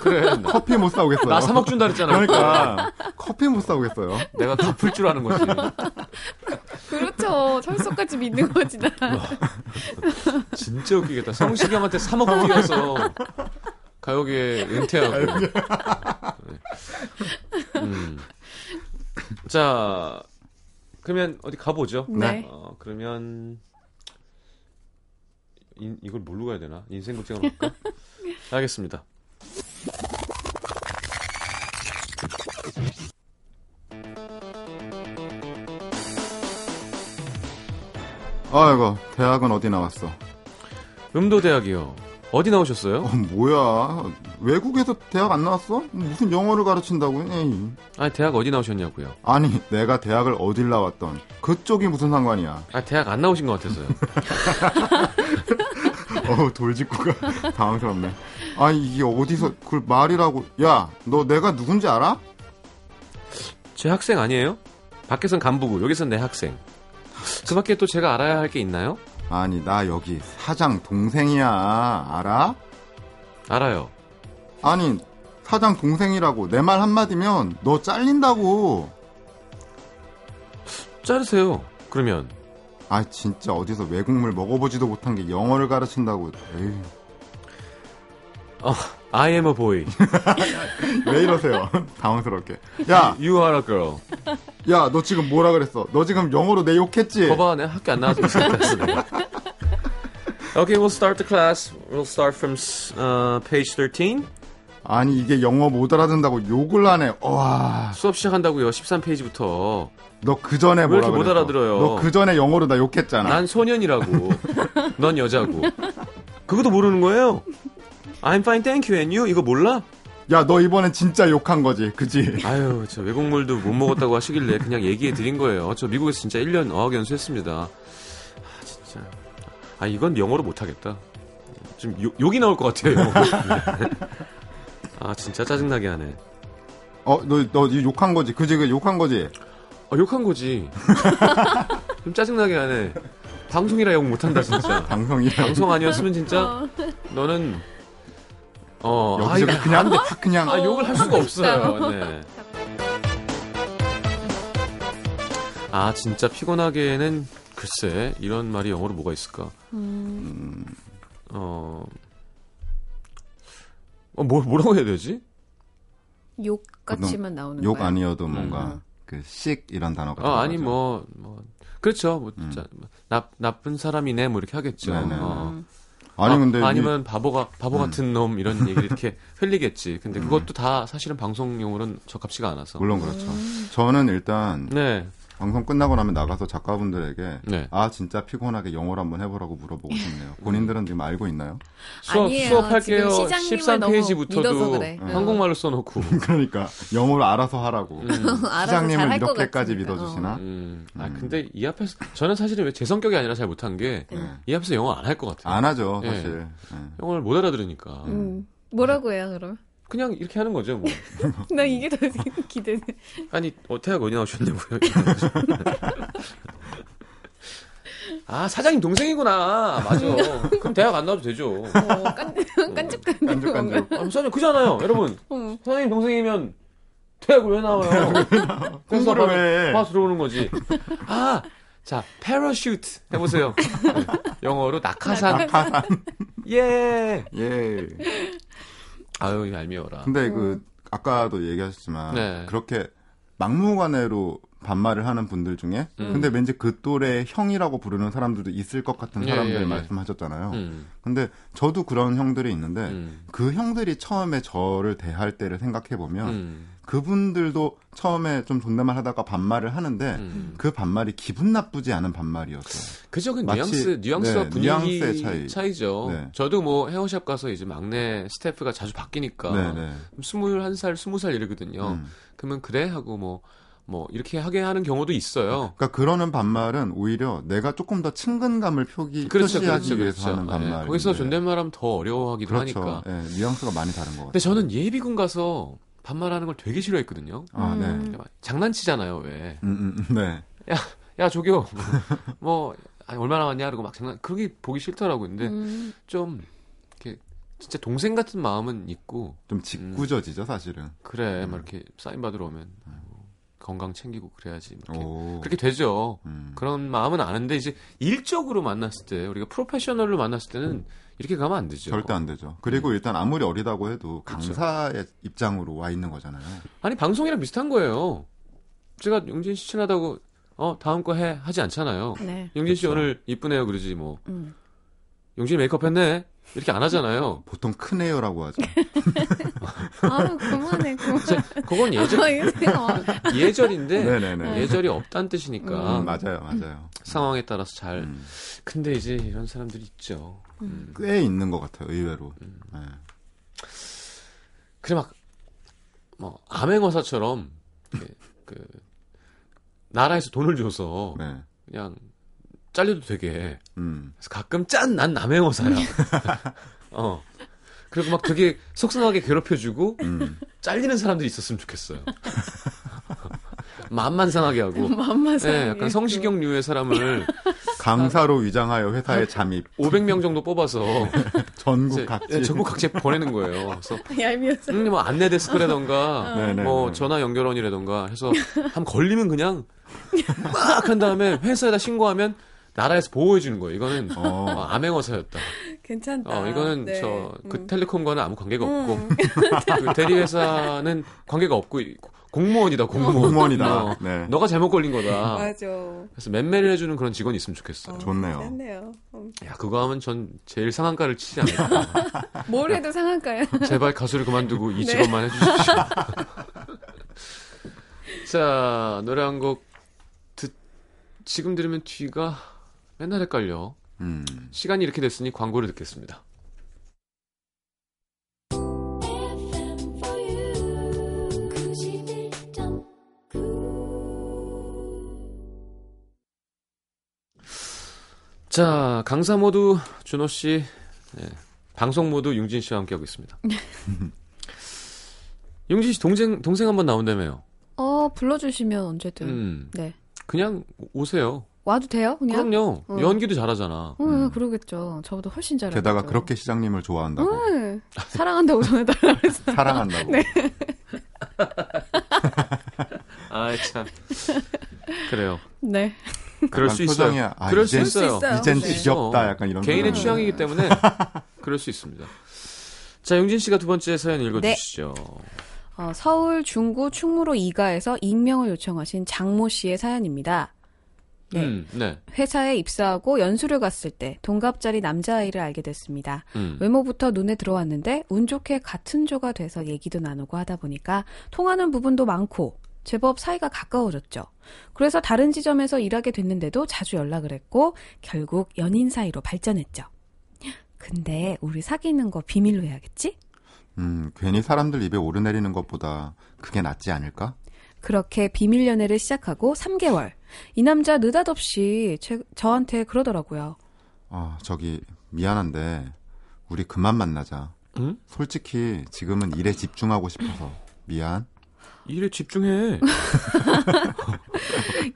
Speaker 1: 그래. 나,
Speaker 3: *laughs* 커피 못 사오겠어요
Speaker 1: 나 3억 준다 그랬잖아.
Speaker 3: 그러니까 커피 못 사오겠어요
Speaker 1: 내가 갚을 줄 아는 거지.
Speaker 2: 그렇죠.
Speaker 3: *laughs*
Speaker 2: 철석같이 믿는 거지, 나.
Speaker 1: 진짜 웃기겠다. 성시경한테 3억 빌려서 가요계에 은퇴하고. 네. 음. 자, 그러면 어디 가보죠.
Speaker 2: 네.
Speaker 1: 어, 그러면 인- 이걸 뭘로 가야 되나? 인생 걱정을 할까? 알겠습니다.
Speaker 3: 아이고 대학은 어디 나왔어
Speaker 1: 음도 대학이요. 어디 나오셨어요?
Speaker 3: 어, 뭐야 외국에서 대학 안 나왔어? 무슨 영어를 가르친다고 에이.
Speaker 1: 아니 대학 어디 나오셨냐고요?
Speaker 3: 아니 내가 대학을 어딜 나왔던 그쪽이 무슨 상관이야
Speaker 1: 아 대학 안 나오신 것 같아서요.
Speaker 3: *laughs* 어우 돌직구가 *laughs* 당황스럽네 아니 이게 어디서 그걸 말이라고 야 너 내가 누군지 알아?
Speaker 1: 제 학생 아니에요? 밖에선 간부고 여기선 내 학생. 그 밖에 또 제가 알아야 할 게 있나요?
Speaker 3: 아니 나 여기 사장 동생이야 알아?
Speaker 1: 알아요.
Speaker 3: 아니 사장 동생이라고 내 말 한마디면 너 잘린다고
Speaker 1: 자르세요. 그러면
Speaker 3: 아 진짜 어디서 외국물 먹어보지도 못한 게 영어를 가르친다고 에이.
Speaker 1: I am a boy.
Speaker 3: 왜 이러세요? *laughs* 당황스럽게. 야,
Speaker 1: You are a girl.
Speaker 3: 야, 너 지금 뭐라 그랬어? 너 지금 영어로 내 욕했지?
Speaker 1: 봐봐, 내가 학교 안 나와서 무슨 그랬어, 내가. Okay, we'll start the class. We'll start from uh, page 13.
Speaker 3: 아니, 이게 영어 못 알아듣는다고 욕을 하네. 와,
Speaker 1: 수업 시작한다고요. 13페이지부터.
Speaker 3: 너 그 전에 뭐라
Speaker 1: 이렇게 못
Speaker 3: 그랬어?
Speaker 1: 알아들어요?
Speaker 3: 너 그 전에 영어로 나 욕했잖아.
Speaker 1: 난 소년이라고. 넌 여자고. 그것도 모르는 거예요? I'm fine, thank you, and you? 이거 몰라?
Speaker 3: 야, 너 이번엔 진짜 욕한 거지, 그지?
Speaker 1: 아유, 저 외국물도 못 먹었다고 하시길래 그냥 얘기해 드린 거예요. 저 미국에서 진짜 1년 어학 연수했습니다. 아, 진짜. 아, 이건 영어로 못하겠다. 좀 욕, 욕이 나올 것 같아요, 영어로. 아, 진짜 짜증나게 하네.
Speaker 3: 어, 너, 너 이거 욕한 거지, 그지? 그 욕한 거지?
Speaker 1: 아, 욕한 거지. 좀 짜증나게 하네. 방송이라 욕 못한다, 진짜.
Speaker 3: 방송이랑.
Speaker 1: 방송 아니었으면 진짜 너는 어, 아,
Speaker 3: 여기서
Speaker 1: 이거
Speaker 3: 그냥, 그냥.
Speaker 1: 아, 욕을 할 수가 없어요. 네. 아, 진짜 피곤하게는 글쎄 이런 말이 영어로 뭐가 있을까?
Speaker 2: 음,
Speaker 3: 음.
Speaker 1: 어, 어 뭐, 뭐라고 해야 되지?
Speaker 2: 욕같이만 나오는
Speaker 3: 그 욕
Speaker 2: 거야.
Speaker 3: 아니어도 뭔가, 그, 씩, 이런 단어
Speaker 1: 음.
Speaker 3: 같은
Speaker 1: 어, 아니
Speaker 3: 거죠.
Speaker 1: 뭐, 뭐 그렇죠. 뭐 진짜 나, 나쁜 사람이네 뭐 이렇게 하겠죠.
Speaker 3: 음. 네네.
Speaker 1: 어.
Speaker 2: 음.
Speaker 3: 아니, 근데. 음.
Speaker 1: 아, 니면 바보가 바보 같은 놈 이런 얘기를
Speaker 3: *laughs*
Speaker 1: 이렇게 흘리겠지. 근데 그것도 다 사실은 방송용으로는 적합치가 않아서.
Speaker 3: 물론 그렇죠.
Speaker 1: 음.
Speaker 3: 저는 일단,
Speaker 1: 네.
Speaker 3: 방송 끝나고 나면 나가서 작가분들에게
Speaker 1: 네.
Speaker 3: 아 진짜 피곤하게 영어를 한번 해보라고 물어보고 싶네요. 본인들은 지금 알고 있나요? *laughs*
Speaker 1: 수업
Speaker 2: 아니에요.
Speaker 1: 수업할게요.
Speaker 2: 지금 시장님을 너무 믿어서
Speaker 1: 13페이지부터도 음.
Speaker 2: 그래. 응.
Speaker 1: 한국말로 써놓고.
Speaker 3: 그러니까 영어를 알아서 하라고.
Speaker 2: *laughs* 알아서
Speaker 3: 시장님을
Speaker 2: 잘할 것
Speaker 3: 이렇게까지
Speaker 2: 같으니까.
Speaker 3: 믿어주시나?
Speaker 1: 음. 아 근데 이 앞에서 저는 사실은 왜 제 성격이 아니라 잘 못한 게 이
Speaker 2: 네.
Speaker 3: 음.
Speaker 1: 앞에서 영어 안 할 것 같아요.
Speaker 3: 안 하죠
Speaker 1: 예.
Speaker 3: 사실.
Speaker 2: *laughs*
Speaker 3: 예.
Speaker 1: 영어를 못 알아들으니까
Speaker 2: 음. 뭐라고 해요, 그럼?
Speaker 1: 그냥 이렇게 하는 거죠.
Speaker 2: *laughs*
Speaker 1: 뭐.
Speaker 3: 음.
Speaker 2: 나 이게 더 *laughs* 기대돼.
Speaker 1: 아니 어태학 어디 나오셨냐고요.
Speaker 2: *laughs*
Speaker 1: 아 사장님 동생이구나. 맞아. 그럼 대학 안 나와도 되죠.
Speaker 2: 어, 깐죽- 깐죽깐죽.
Speaker 3: 깐죽깐죽.
Speaker 1: 아, 사장님 그잖아요, 여러분.
Speaker 2: 어.
Speaker 1: 사장님 동생이면 대학 왜 나와요? 그래서
Speaker 3: 공부를
Speaker 1: 바로-
Speaker 3: 왜 해?
Speaker 1: 막 들어오는 거지. *laughs* 아, 자, 패러슈트 해보세요. 네, 영어로 낙하산. 예.
Speaker 3: 예.
Speaker 1: 아유, 이 알미워라.
Speaker 3: 근데
Speaker 2: 음.
Speaker 3: 그 아까도 얘기하셨지만
Speaker 1: 네.
Speaker 3: 그렇게 막무가내로 반말을 하는 분들 중에
Speaker 1: 음.
Speaker 3: 근데 왠지 그 또래 형이라고 부르는 사람들도 있을 것 같은
Speaker 1: 예,
Speaker 3: 사람들
Speaker 1: 예, 예.
Speaker 3: 말씀하셨잖아요.
Speaker 1: 음,
Speaker 3: 근데 저도 그런 형들이 있는데
Speaker 1: 음,
Speaker 3: 그 형들이 처음에 저를 대할 때를 생각해 보면
Speaker 1: 음,
Speaker 3: 그분들도 처음에 좀 존댓말 하다가 반말을 하는데
Speaker 1: 음.
Speaker 3: 그 반말이 기분 나쁘지 않은 반말이었어요.
Speaker 1: 그죠, 그
Speaker 3: 네. 마치-
Speaker 1: 뉘앙스, 뉘앙스와
Speaker 3: 네,
Speaker 1: 분위기
Speaker 3: 뉘앙스의 차이.
Speaker 1: 차이. 죠
Speaker 3: 네.
Speaker 1: 저도 뭐 헤어샵 가서 이제 막내 스태프가 자주 바뀌니까
Speaker 3: 네네.
Speaker 1: 21살, 20살 그러니까, 이러거든요.
Speaker 3: 음.
Speaker 1: 그러면 그래 하고 뭐, 뭐 이렇게 하게 하는 경우도 있어요.
Speaker 3: 그러니까 그러는 반말은 오히려 내가 조금 더 친근감을 표기
Speaker 1: 그렇죠,
Speaker 3: 표시하기
Speaker 1: 그렇죠,
Speaker 3: 위해서
Speaker 1: 그렇죠.
Speaker 3: 하는 반말.
Speaker 1: 예, 거기서 존댓말하면 더 어려워하기도
Speaker 3: 그렇죠.
Speaker 1: 하니까.
Speaker 3: 예, 뉘앙스가 많이 다른 것 같아요.
Speaker 1: 근데 저는 예비군 가서 반말하는 걸 되게 싫어했거든요.
Speaker 3: 아, 네.
Speaker 2: 음.
Speaker 1: 막 장난치잖아요, 왜?
Speaker 3: 음, 음, 네.
Speaker 1: 야, 조교, *laughs* 뭐 아니, 얼마나 왔냐? 그러고 막 장난. 그게 보기 싫더라고. 요 근데
Speaker 2: 음.
Speaker 1: 좀 이렇게 진짜 동생 같은 마음은 있고
Speaker 3: 좀 짓궂어지죠, 사실은.
Speaker 1: 그래,
Speaker 3: 음.
Speaker 1: 막 이렇게 사인 받으러 오면 아이고, 건강 챙기고 그래야지. 막 이렇게.
Speaker 3: 오.
Speaker 1: 그렇게 되죠.
Speaker 3: 음.
Speaker 1: 그런 마음은 아는데 이제 일적으로 만났을 때 우리가 프로페셔널로 만났을 때는 이렇게 가면 안 되죠.
Speaker 3: 절대 안 되죠.
Speaker 1: 음.
Speaker 3: 그리고 일단 아무리 어리다고 해도
Speaker 1: 그렇죠.
Speaker 3: 강사의 입장으로 와 있는 거잖아요.
Speaker 1: 아니 방송이랑 비슷한 거예요. 제가 용진 씨 친하다고 어 다음 거 해 하지 않잖아요.
Speaker 2: 네.
Speaker 1: 용진 씨
Speaker 3: 그쵸.
Speaker 1: 오늘 이쁘네요 그러지 뭐. *laughs*
Speaker 2: 음.
Speaker 1: 용진 이 메이크업 했네 이렇게 안
Speaker 3: *laughs*
Speaker 1: 하잖아요.
Speaker 3: 보통 크네요라고 하죠.
Speaker 2: 아, 그만해, 그만.
Speaker 1: 그건 예절
Speaker 2: 아, 이거 생각 안-
Speaker 1: 예절인데
Speaker 3: 네네네.
Speaker 1: 예절이 없다는 뜻이니까
Speaker 3: 음, 맞아요, 맞아요.
Speaker 1: 상황에 따라서 잘.
Speaker 3: 음.
Speaker 1: 근데 이제 이런 사람들이 있죠. 음.
Speaker 3: 꽤 있는 것 같아요, 의외로. 네.
Speaker 1: 그래 막 뭐 암행어사처럼 이렇게 그 나라에서 돈을 줘서
Speaker 3: 네.
Speaker 1: 그냥 잘려도 되게
Speaker 3: 음.
Speaker 1: 그래서 가끔 짠 난
Speaker 3: *laughs*
Speaker 1: 남행어사야. 어. 그리고 막 되게 속상하게 괴롭혀주고
Speaker 3: 음.
Speaker 1: 잘리는 사람들이 있었으면 좋겠어요. 마음만 상하게 하고.
Speaker 2: 맘만
Speaker 1: 예,
Speaker 2: 상해.
Speaker 1: 약간 성시경류의 사람을
Speaker 3: 강사로 위장하여 회사에 잠입.
Speaker 1: 500명 정도 뽑아서
Speaker 3: 전국
Speaker 1: 이제
Speaker 3: 각지.
Speaker 1: 예, 전국 각지에 보내는 거예요. 그래서
Speaker 2: 얄미워서.
Speaker 1: 음, 뭐 안내 데스크라던가
Speaker 3: 네네.
Speaker 1: 뭐 전화 연결원이라던가 해서 한 걸리면 그냥 막 한 다음에 회사에다 신고하면 나라에서 보호해 주는 거예요. 이거는
Speaker 3: 어.
Speaker 1: 어, 암행어사였다.
Speaker 2: 괜찮다.
Speaker 1: 어, 이거는
Speaker 2: 네.
Speaker 1: 저 그
Speaker 2: 음.
Speaker 1: 텔레콤과는 아무 관계가 없고
Speaker 2: *laughs* 음.
Speaker 1: 그 대리회사는 관계가 없고 이- 공무원이다 공무원.
Speaker 3: 공무원이다.
Speaker 1: 어,
Speaker 3: 네.
Speaker 1: 너가 잘못 걸린 거다.
Speaker 2: 맞아.
Speaker 1: 그래서 맴매를 해주는 그런 직원이 있으면 좋겠어.
Speaker 2: 어,
Speaker 3: 좋네요.
Speaker 2: 괜찮네요. 음.
Speaker 1: 야 그거 하면 전 제일 상한가를 치지
Speaker 2: *laughs*
Speaker 1: 않을까. 아,
Speaker 2: 뭘
Speaker 1: *laughs*
Speaker 2: 해도 상한가요?
Speaker 1: 제발 가수를 그만두고 이
Speaker 2: 네.
Speaker 1: 직업만 해주십시오. *laughs* 자 노래 한 곡 듣. 지금 들으면 뒤가 맨날 헷갈려.
Speaker 3: 음.
Speaker 1: 시간이 이렇게 됐으니 광고를 듣겠습니다. 자, 강사 모두 준호 씨, 네, 방송 모두 융진 씨와 함께하고
Speaker 3: *laughs*
Speaker 1: 있습니다. 융진 씨 동생 동생 한 번 나온다며요.
Speaker 2: 어, 불러주시면 언제든.
Speaker 1: 음,
Speaker 2: 네.
Speaker 1: 그냥 오세요.
Speaker 2: 와도 돼요, 그냥?
Speaker 1: 그럼요.
Speaker 2: 어.
Speaker 1: 연기도 잘하잖아.
Speaker 2: 어,
Speaker 3: 음.
Speaker 2: 그러겠죠. 저보다 훨씬 잘하죠.
Speaker 3: 게다가 그렇게 시장님을 *laughs* 좋아한다고
Speaker 2: 응. 사랑한다고 전해달라 그랬어.
Speaker 3: 사랑한다고.
Speaker 1: 아 참. *laughs* 그래요.
Speaker 2: 네.
Speaker 1: 그럴
Speaker 3: 약간
Speaker 1: 수 있어요.
Speaker 3: 표정이, 아,
Speaker 1: 그럴
Speaker 3: 이젠-
Speaker 1: 수 있어요.
Speaker 2: 있어요.
Speaker 3: 이젠
Speaker 2: 네.
Speaker 3: 지겹다 약간 이런
Speaker 1: 개인의
Speaker 3: 표정이네.
Speaker 1: 취향이기 때문에
Speaker 3: *laughs*
Speaker 1: 그럴 수 있습니다. 자, 용진 씨가 두 번째 사연 읽어주시죠.
Speaker 2: 어, 서울 중구 충무로 이가에서 익명을 요청하신 장모 씨의 사연입니다. 네.
Speaker 1: 음, 네.
Speaker 2: 회사에 입사하고 연수를 갔을 때 동갑짜리 남자아이를 알게 됐습니다.
Speaker 1: 음.
Speaker 2: 외모부터 눈에 들어왔는데 운 좋게 같은 조가 돼서 얘기도 나누고 하다 보니까 통하는 부분도 많고 제법 사이가 가까워졌죠. 그래서 다른 지점에서 일하게 됐는데도 자주 연락을 했고 결국 연인 사이로 발전했죠. 근데 우리 사귀는 거 비밀로 해야겠지?
Speaker 3: 음, 괜히 사람들 입에 오르내리는 것보다 그게 낫지 않을까?
Speaker 2: 그렇게 비밀 연애를 시작하고 3개월. 이 남자 느닷없이 제- 저한테 그러더라고요.
Speaker 3: 아, 저기 미안한데 우리 그만 만나자.
Speaker 1: 응?
Speaker 3: 솔직히 지금은 일에 집중하고 싶어서 미안.
Speaker 1: 일에 집중해.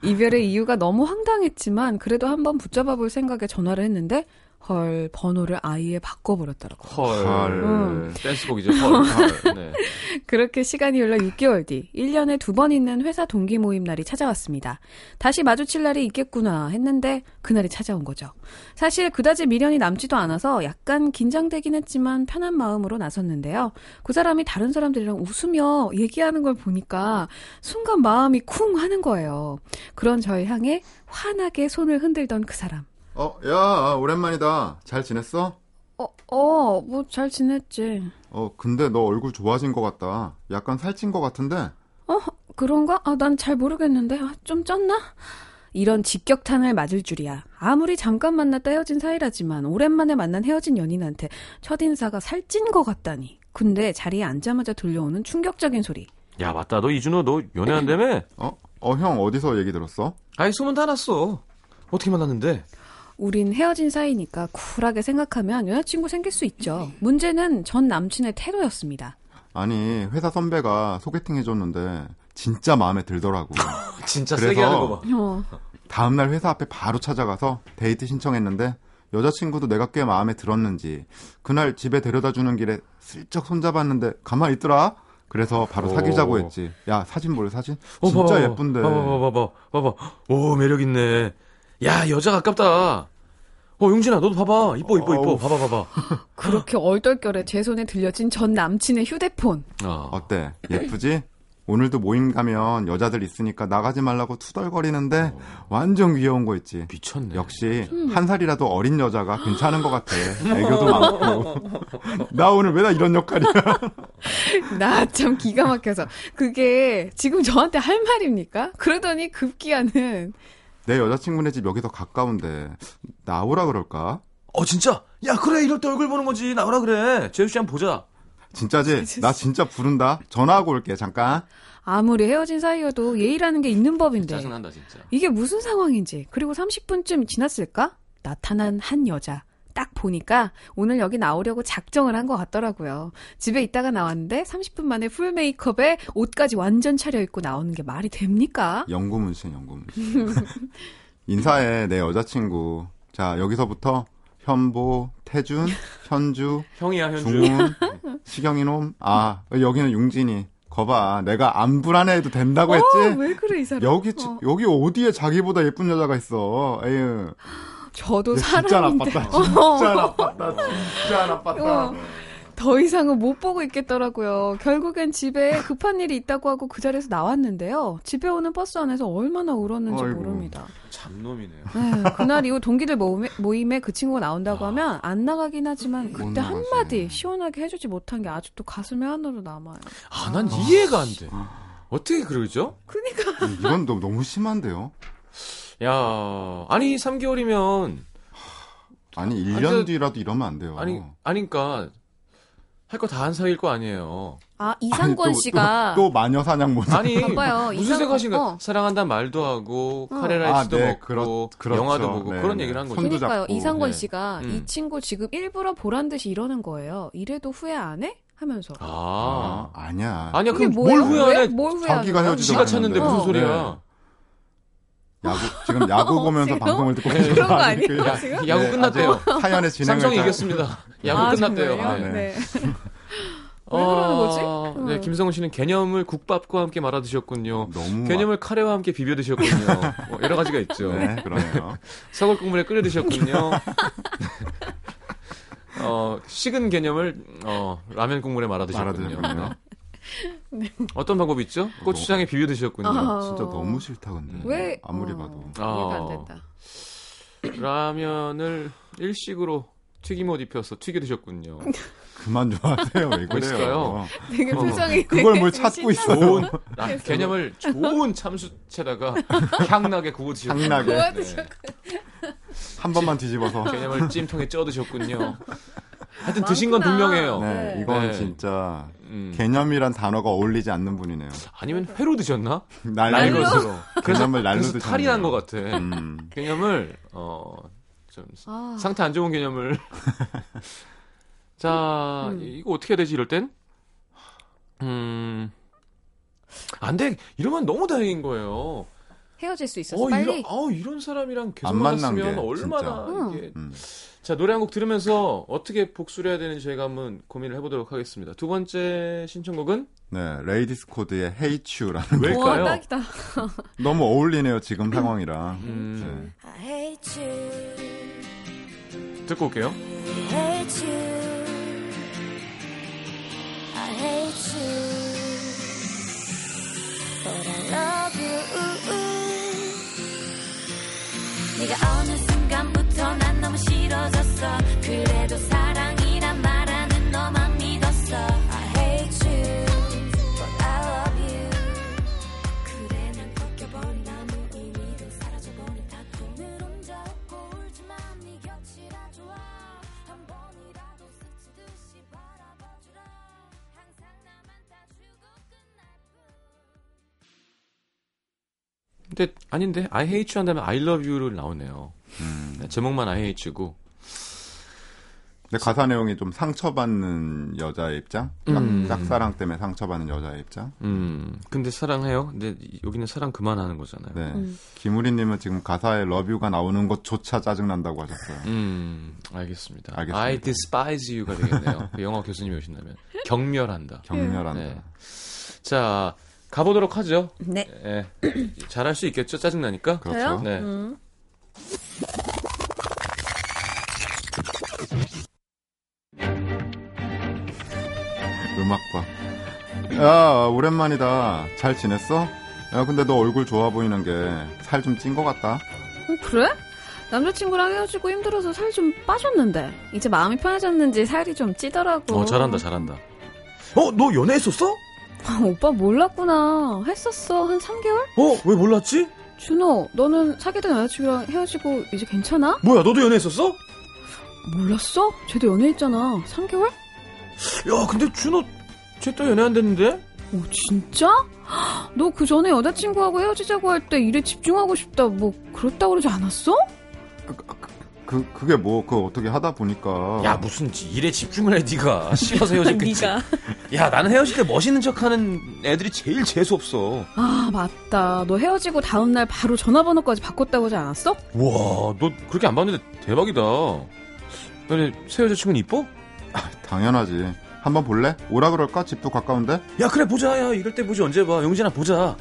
Speaker 2: 이별의 이유가 너무 황당했지만 그래도 한번 붙잡아 볼 생각에 전화를 했는데 헐 번호를 아예 바꿔버렸더라고.
Speaker 1: 헐.
Speaker 3: 헐.
Speaker 2: 음.
Speaker 1: 댄스곡이죠. 헐. 헐. 네.
Speaker 2: 그렇게 시간이 흘러 6개월 뒤 1년에 두 번 있는 회사 동기 모임 날이 찾아왔습니다. 다시 마주칠 날이 있겠구나 했는데 그날이 찾아온 거죠. 사실 그다지 미련이 남지도 않아서 약간 긴장되긴 했지만 편한 마음으로 나섰는데요. 그 사람이 다른 사람들이랑 웃으며 얘기하는 걸 보니까 순간 마음이 쿵 하는 거예요. 그런 저를 향해 환하게 손을 흔들던 그 사람.
Speaker 3: 어, 야, 오랜만이다. 잘 지냈어?
Speaker 2: 어, 어, 뭐 잘 지냈지.
Speaker 3: 어, 근데 너 얼굴 좋아진 것 같다. 약간 살찐 것 같은데?
Speaker 2: 어, 그런가? 아, 난 잘 모르겠는데. 아, 좀 쪘나? 이런 직격탄을 맞을 줄이야. 아무리 잠깐 만났다 헤어진 사이라지만 오랜만에 만난 헤어진 연인한테 첫 인사가 살찐 것 같다니. 근데 자리에 앉자마자 들려오는 충격적인 소리.
Speaker 1: 야, 맞다. 너 이준호 너 연애한다며?
Speaker 3: 어? 어, 형 어디서 얘기 들었어?
Speaker 1: *clears throat* 아이, 소문 다 났어. 어떻게 만났는데? *laughs*
Speaker 2: 우린 헤어진 사이니까 쿨하게 생각하면 여자친구 생길 수 있죠. 문제는 전 남친의 태도였습니다.
Speaker 3: 아니, 회사 선배가 소개팅 해줬는데 진짜 마음에 들더라고. *laughs*
Speaker 1: 진짜
Speaker 3: 그래서-
Speaker 1: 세게 하는 거 봐.
Speaker 2: 어,
Speaker 3: 다음날 회사 앞에 바로 찾아가서 데이트 신청했는데 여자친구도 내가 꽤 마음에 들었는지 그날 집에 데려다 주는 길에 슬쩍 손잡았는데 가만히 있더라. 그래서 바로 사귀자고
Speaker 1: 오.
Speaker 3: 했지. 야 사진 보래 사진?
Speaker 1: 어,
Speaker 3: 진짜
Speaker 1: 봐봐,
Speaker 3: 예쁜데.
Speaker 1: 봐봐, 봐봐, 봐봐, 봐봐. 오, 매력있네. 야, 여자 가깝다. 어, 용진아, 너도 봐봐. 이뻐, 이뻐, 이뻐.
Speaker 3: 어우.
Speaker 1: 봐봐, 봐봐.
Speaker 2: 그렇게 얼떨결에 제 손에 들려진 전 남친의 휴대폰.
Speaker 1: 어.
Speaker 3: 어때? 예쁘지? 오늘도 모임 가면 여자들 있으니까 나가지 말라고 투덜거리는데
Speaker 1: 어.
Speaker 3: 완전 귀여운 거 있지.
Speaker 1: 미쳤네.
Speaker 3: 역시 한 살이라도 어린 여자가 괜찮은 것 같아. 애교도 많고. *laughs* 나 오늘 왜 나 이런 역할이야?
Speaker 2: 나 참 기가 막혀서 그게 지금 저한테 할 말입니까? 그러더니 급기야는
Speaker 3: 내 여자친구네 집 여기서 가까운데 나오라 그럴까?
Speaker 1: 어, 진짜? 야, 그래. 이럴 때 얼굴 보는 거지. 나오라 그래. 재우씨 한번 보자.
Speaker 2: *laughs*
Speaker 3: 진짜지? 나 진짜 부른다. 전화하고 올게 잠깐.
Speaker 2: 아무리 헤어진 사이여도 예의라는 게 있는 법인데
Speaker 1: 짜증난다, 진짜.
Speaker 2: 이게 무슨 상황인지 그리고 30분쯤 지났을까? 나타난 한 여자 딱 보니까 오늘 여기 나오려고 작정을 한 것 같더라고요. 집에 있다가 나왔는데 30분 만에 풀 메이크업에 옷까지 완전 차려입고 나오는 게 말이 됩니까?
Speaker 3: 연구문신 연구문신.
Speaker 2: *laughs*
Speaker 3: 인사해 내 여자친구. 자 여기서부터 현보, 태준, 현주,
Speaker 1: 형이야, 현주.
Speaker 3: 중훈, 식영이놈. 아 여기는 융진이. 거봐 내가 안 불안해해도 된다고 했지?
Speaker 2: 어, 왜 그래 어, 이 사람?
Speaker 3: 예. 여기 지-
Speaker 2: 어.
Speaker 3: 여기 어디에 자기보다 예쁜 여자가 있어? 에휴.
Speaker 2: 저도
Speaker 3: 네, 진짜
Speaker 2: 사람인데
Speaker 3: 나빴다. 진짜 나빴다. 진짜 나빴다.
Speaker 2: 어. 더 이상은 못 보고 있겠더라고요. 결국엔 집에 급한 일이 있다고 하고 그 자리에서 나왔는데요. 집에 오는 버스 안에서 얼마나 울었는지
Speaker 3: 아이고.
Speaker 2: 모릅니다.
Speaker 1: 잡놈이네요.
Speaker 2: 에휴, 그날 이후 동기들 모임에, 모임에 그 친구가 나온다고 하면 안 나가긴 하지만 그때
Speaker 3: 아. 나가지.
Speaker 2: 한마디 시원하게 해주지 못한 게 아직도 가슴에 하나로 남아요.
Speaker 1: 아, 난 이해가 안 돼. 아. 어떻게 그러죠?
Speaker 3: 이건 너무, 너무 심한데요.
Speaker 1: 야, 아니 3개월이면
Speaker 3: 아니
Speaker 1: 아니,
Speaker 3: 1년
Speaker 1: 저-
Speaker 3: 뒤라도 이러면 안 돼요.
Speaker 1: 아니 아니까 할 거 다 한 사이일 거 아니에요.
Speaker 2: 아,
Speaker 3: 아니,
Speaker 2: 이상권
Speaker 3: 또-
Speaker 2: 씨가
Speaker 3: 또, 또 마녀 사냥 모자.
Speaker 1: 아니
Speaker 2: *laughs* 바빠요.
Speaker 1: 무슨
Speaker 2: 이상한-
Speaker 1: 생각하신가?
Speaker 2: 어.
Speaker 1: 사랑한다는 말도 하고
Speaker 2: 어.
Speaker 1: 카레라이스도
Speaker 3: 아, 네,
Speaker 1: 먹고
Speaker 3: 그렇- 그렇죠.
Speaker 1: 영화도 보고
Speaker 3: 네,
Speaker 1: 그런
Speaker 3: 네.
Speaker 1: 얘기를 한 거죠.
Speaker 3: 손도
Speaker 2: 그러니까요.
Speaker 3: 잡고,
Speaker 2: 이상권
Speaker 1: 네.
Speaker 2: 씨가
Speaker 1: 음.
Speaker 2: 이 친구 지금 일부러 보란 듯이 이러는 거예요. 이래도 후회 안 해? 하면서.
Speaker 1: 아,
Speaker 3: 아, 아니야.
Speaker 1: 아니야
Speaker 2: 이게
Speaker 1: 그럼
Speaker 2: 뭐예요?
Speaker 1: 뭘 후회하네?
Speaker 2: 왜- 뭘 후회하는
Speaker 3: 자기가
Speaker 2: 거야?
Speaker 1: 지가
Speaker 3: 헤어지자고
Speaker 1: 찾는데
Speaker 2: 어.
Speaker 1: 무슨
Speaker 3: 네. *laughs*
Speaker 1: 소리야?
Speaker 3: 야구 지금
Speaker 1: *laughs*
Speaker 3: 야구
Speaker 2: 어,
Speaker 3: 보면서
Speaker 2: 지금?
Speaker 3: 방송을 듣고
Speaker 1: 네.
Speaker 3: 계신
Speaker 2: 그런 거
Speaker 3: 아니에요?
Speaker 2: 아니에요,
Speaker 1: 야,
Speaker 2: 지금?
Speaker 1: 야구
Speaker 3: 네,
Speaker 1: 끝났대요.
Speaker 3: 아주 사연의 진행을
Speaker 1: 삼성이
Speaker 3: 잘-
Speaker 1: 이겼습니다. 야구
Speaker 2: 아,
Speaker 1: 끝났대요.
Speaker 2: 정말요?
Speaker 3: 아, 네.
Speaker 2: 네.
Speaker 1: 어,
Speaker 2: 왜 그러는 거지?
Speaker 1: 네,
Speaker 2: 음.
Speaker 1: 김성훈 씨는 개념을 국밥과 함께 말아 드셨군요.
Speaker 3: 너무
Speaker 1: 개념을 카레와 함께 비벼 드셨군요. 뭐 여러 가지가 있죠.
Speaker 3: 와- 음. 네, 그러네요.
Speaker 1: 사골 국물에 끓여
Speaker 3: *laughs*
Speaker 1: 드셨군요. *laughs* 어, 식은 개념을 어, 라면 국물에 말아 드셨군요.
Speaker 3: 말아드셨군요. 뭐.
Speaker 1: 어떤 방법이 있죠? 고추장에 비벼 드셨군요.
Speaker 2: 아.
Speaker 3: 진짜 너무 싫다 근데.
Speaker 2: 왜?
Speaker 3: 아무리
Speaker 2: 어.
Speaker 3: 봐도.
Speaker 2: 이해가 안
Speaker 1: 어,
Speaker 2: 된다.
Speaker 1: *laughs* 라면을 일식으로 튀김옷 입혀서 튀겨 *laughs* 드셨군요.
Speaker 3: 그만 좀 하세요. 왜 그래요?
Speaker 1: 멋있어요.
Speaker 2: 되게
Speaker 1: 어.
Speaker 2: 표정이
Speaker 3: 그걸
Speaker 2: 되게
Speaker 3: 뭘 찾고 있어요?
Speaker 1: 좋은 라- 아, 개념을 좋은 참숯에다가 향나게 구워 드셨군요. 네.
Speaker 3: 향나게.
Speaker 2: 구워
Speaker 3: 한 번만 뒤집어서.
Speaker 1: 개념을 찜통에 쪄 드셨군요. 하여튼 드신 건 분명해요.
Speaker 3: 네,
Speaker 2: 네.
Speaker 3: 이건
Speaker 1: 네.
Speaker 3: 진짜
Speaker 1: 음.
Speaker 3: 개념이란 단어가 어울리지 않는 분이네요.
Speaker 1: 아니면 회로 드셨나? *laughs*
Speaker 3: 날
Speaker 1: 날로.
Speaker 3: 로 개념을 날로
Speaker 1: 그래서
Speaker 3: 드셨네요.
Speaker 1: 탈이 난 것 같아.
Speaker 3: 음.
Speaker 1: 개념을 어좀
Speaker 2: 아,
Speaker 1: 상태 안 좋은
Speaker 2: *laughs*
Speaker 1: 개념을 자
Speaker 2: 음.
Speaker 1: 이- 이거 어떻게 해야 되지 이럴 땐? 음 안돼 이러면 너무 다행인 거예요.
Speaker 2: 헤어질 수 있었어.
Speaker 1: 어
Speaker 2: 빨리.
Speaker 1: 이런 어 이런 사람이랑 계속
Speaker 3: 안 만난
Speaker 1: 만났으면
Speaker 3: 게,
Speaker 1: 얼마나
Speaker 2: 진짜.
Speaker 1: 이게
Speaker 3: 음.
Speaker 1: 자 노래 한 곡 들으면서 어떻게 복수를 해야 되는지 저희가 한번 고민을 해보도록 하겠습니다. 두 번째 신청곡은
Speaker 3: 네, 레이디스 코드의 Hate You라는
Speaker 1: 왜일까요?
Speaker 2: 와, 딱이다.
Speaker 3: 네. 너무 어울리네요 지금 상황이랑.
Speaker 1: 음,
Speaker 3: 네.
Speaker 6: I hate you,
Speaker 2: 음.
Speaker 1: 듣고 올게요.
Speaker 6: hate you. I hate you, but I love you. 네가 어느 순간부터 난 너무 싫어졌어. 그래도 사랑이란 말하는 너만 믿었어. I hate you, but I love you. 그래 난 꺾여버린 아무 의미도 사라져버린 다툼을 혼자 웃고 울지만 네 곁이라 좋아 한 번이라도 스치듯이 바라봐주라 항상 나만 따주고 끝날 뿐
Speaker 1: 근데 아닌데 I hate you 한다면 I love you로 나오네요. 제목만 I hate you고.
Speaker 3: 근데 가사 내용이 좀 상처받는 여자의 입장, 짝-
Speaker 1: 음.
Speaker 3: 짝사랑 때문에 상처받는 여자의 입장.
Speaker 1: 음. 근데 사랑해요. 근데 여기는 사랑 그만하는 거잖아요.
Speaker 3: 네,
Speaker 2: 음.
Speaker 3: 김우리님은 지금 가사에 러뷰가 나오는 것조차 짜증 난다고 하셨어요.
Speaker 1: 음. 알겠습니다.
Speaker 3: 알겠습니다.
Speaker 1: I despise you가 되겠네요. 그 영어 교수님이 오신다면 경멸한다.
Speaker 3: 격렬한다.
Speaker 1: 네. 자 가보도록 하죠.
Speaker 2: 네.
Speaker 1: 예. 잘할 수 있겠죠. 짜증 나니까.
Speaker 3: 그렇죠.
Speaker 1: 네.
Speaker 2: 음.
Speaker 3: 음악과. 야, 오랜만이다. 잘 지냈어? 야, 근데 너 얼굴 좋아 보이는 게 살 좀 찐 것 같다.
Speaker 2: 어, 그래? 남자친구랑 헤어지고 힘들어서 살 좀 빠졌는데 이제 마음이 편해졌는지 살이 좀 찌더라고.
Speaker 1: 어 잘한다 잘한다.
Speaker 7: 어, 너 연애했었어?
Speaker 2: 아, 오빠 몰랐구나. 했었어 한 3개월?
Speaker 7: 어, 왜 몰랐지?
Speaker 2: 준호, 너는 사귀던 여자친구랑 헤어지고 이제 괜찮아?
Speaker 7: 뭐야, 너도 연애했었어?
Speaker 2: 몰랐어? 쟤도 연애했잖아. 3개월?
Speaker 7: 야, 근데 준호, 쟤 또 연애 안 됐는데?
Speaker 2: 오 어, 진짜? *gasps* 너 그 전에 여자친구하고 헤어지자고 할 때 일에 집중하고 싶다 뭐 그렇다 그러지 않았어?
Speaker 3: 그, 그게 뭐, 그 어떻게 하다 보니까.
Speaker 7: 야, 무슨 지- 일에 집중을 해, 네가
Speaker 2: *laughs*
Speaker 7: 싫어서 헤어졌겠지. 야, 나는 헤어질 때 멋있는 척하는 애들이 제일 재수 없어.
Speaker 2: 아 맞다. 너 헤어지고 다음날 바로 전화번호까지 바꿨다고 하지 않았어?
Speaker 1: 와, 너 그렇게 안 봤는데 대박이다. 너네 새 여자친구는 이뻐?
Speaker 3: 당연하지. 한번 볼래? 오라 그럴까? 집도 가까운데?
Speaker 7: 야, 그래 보자. 야, 이럴 때 보지 언제 봐. 용진아 보자.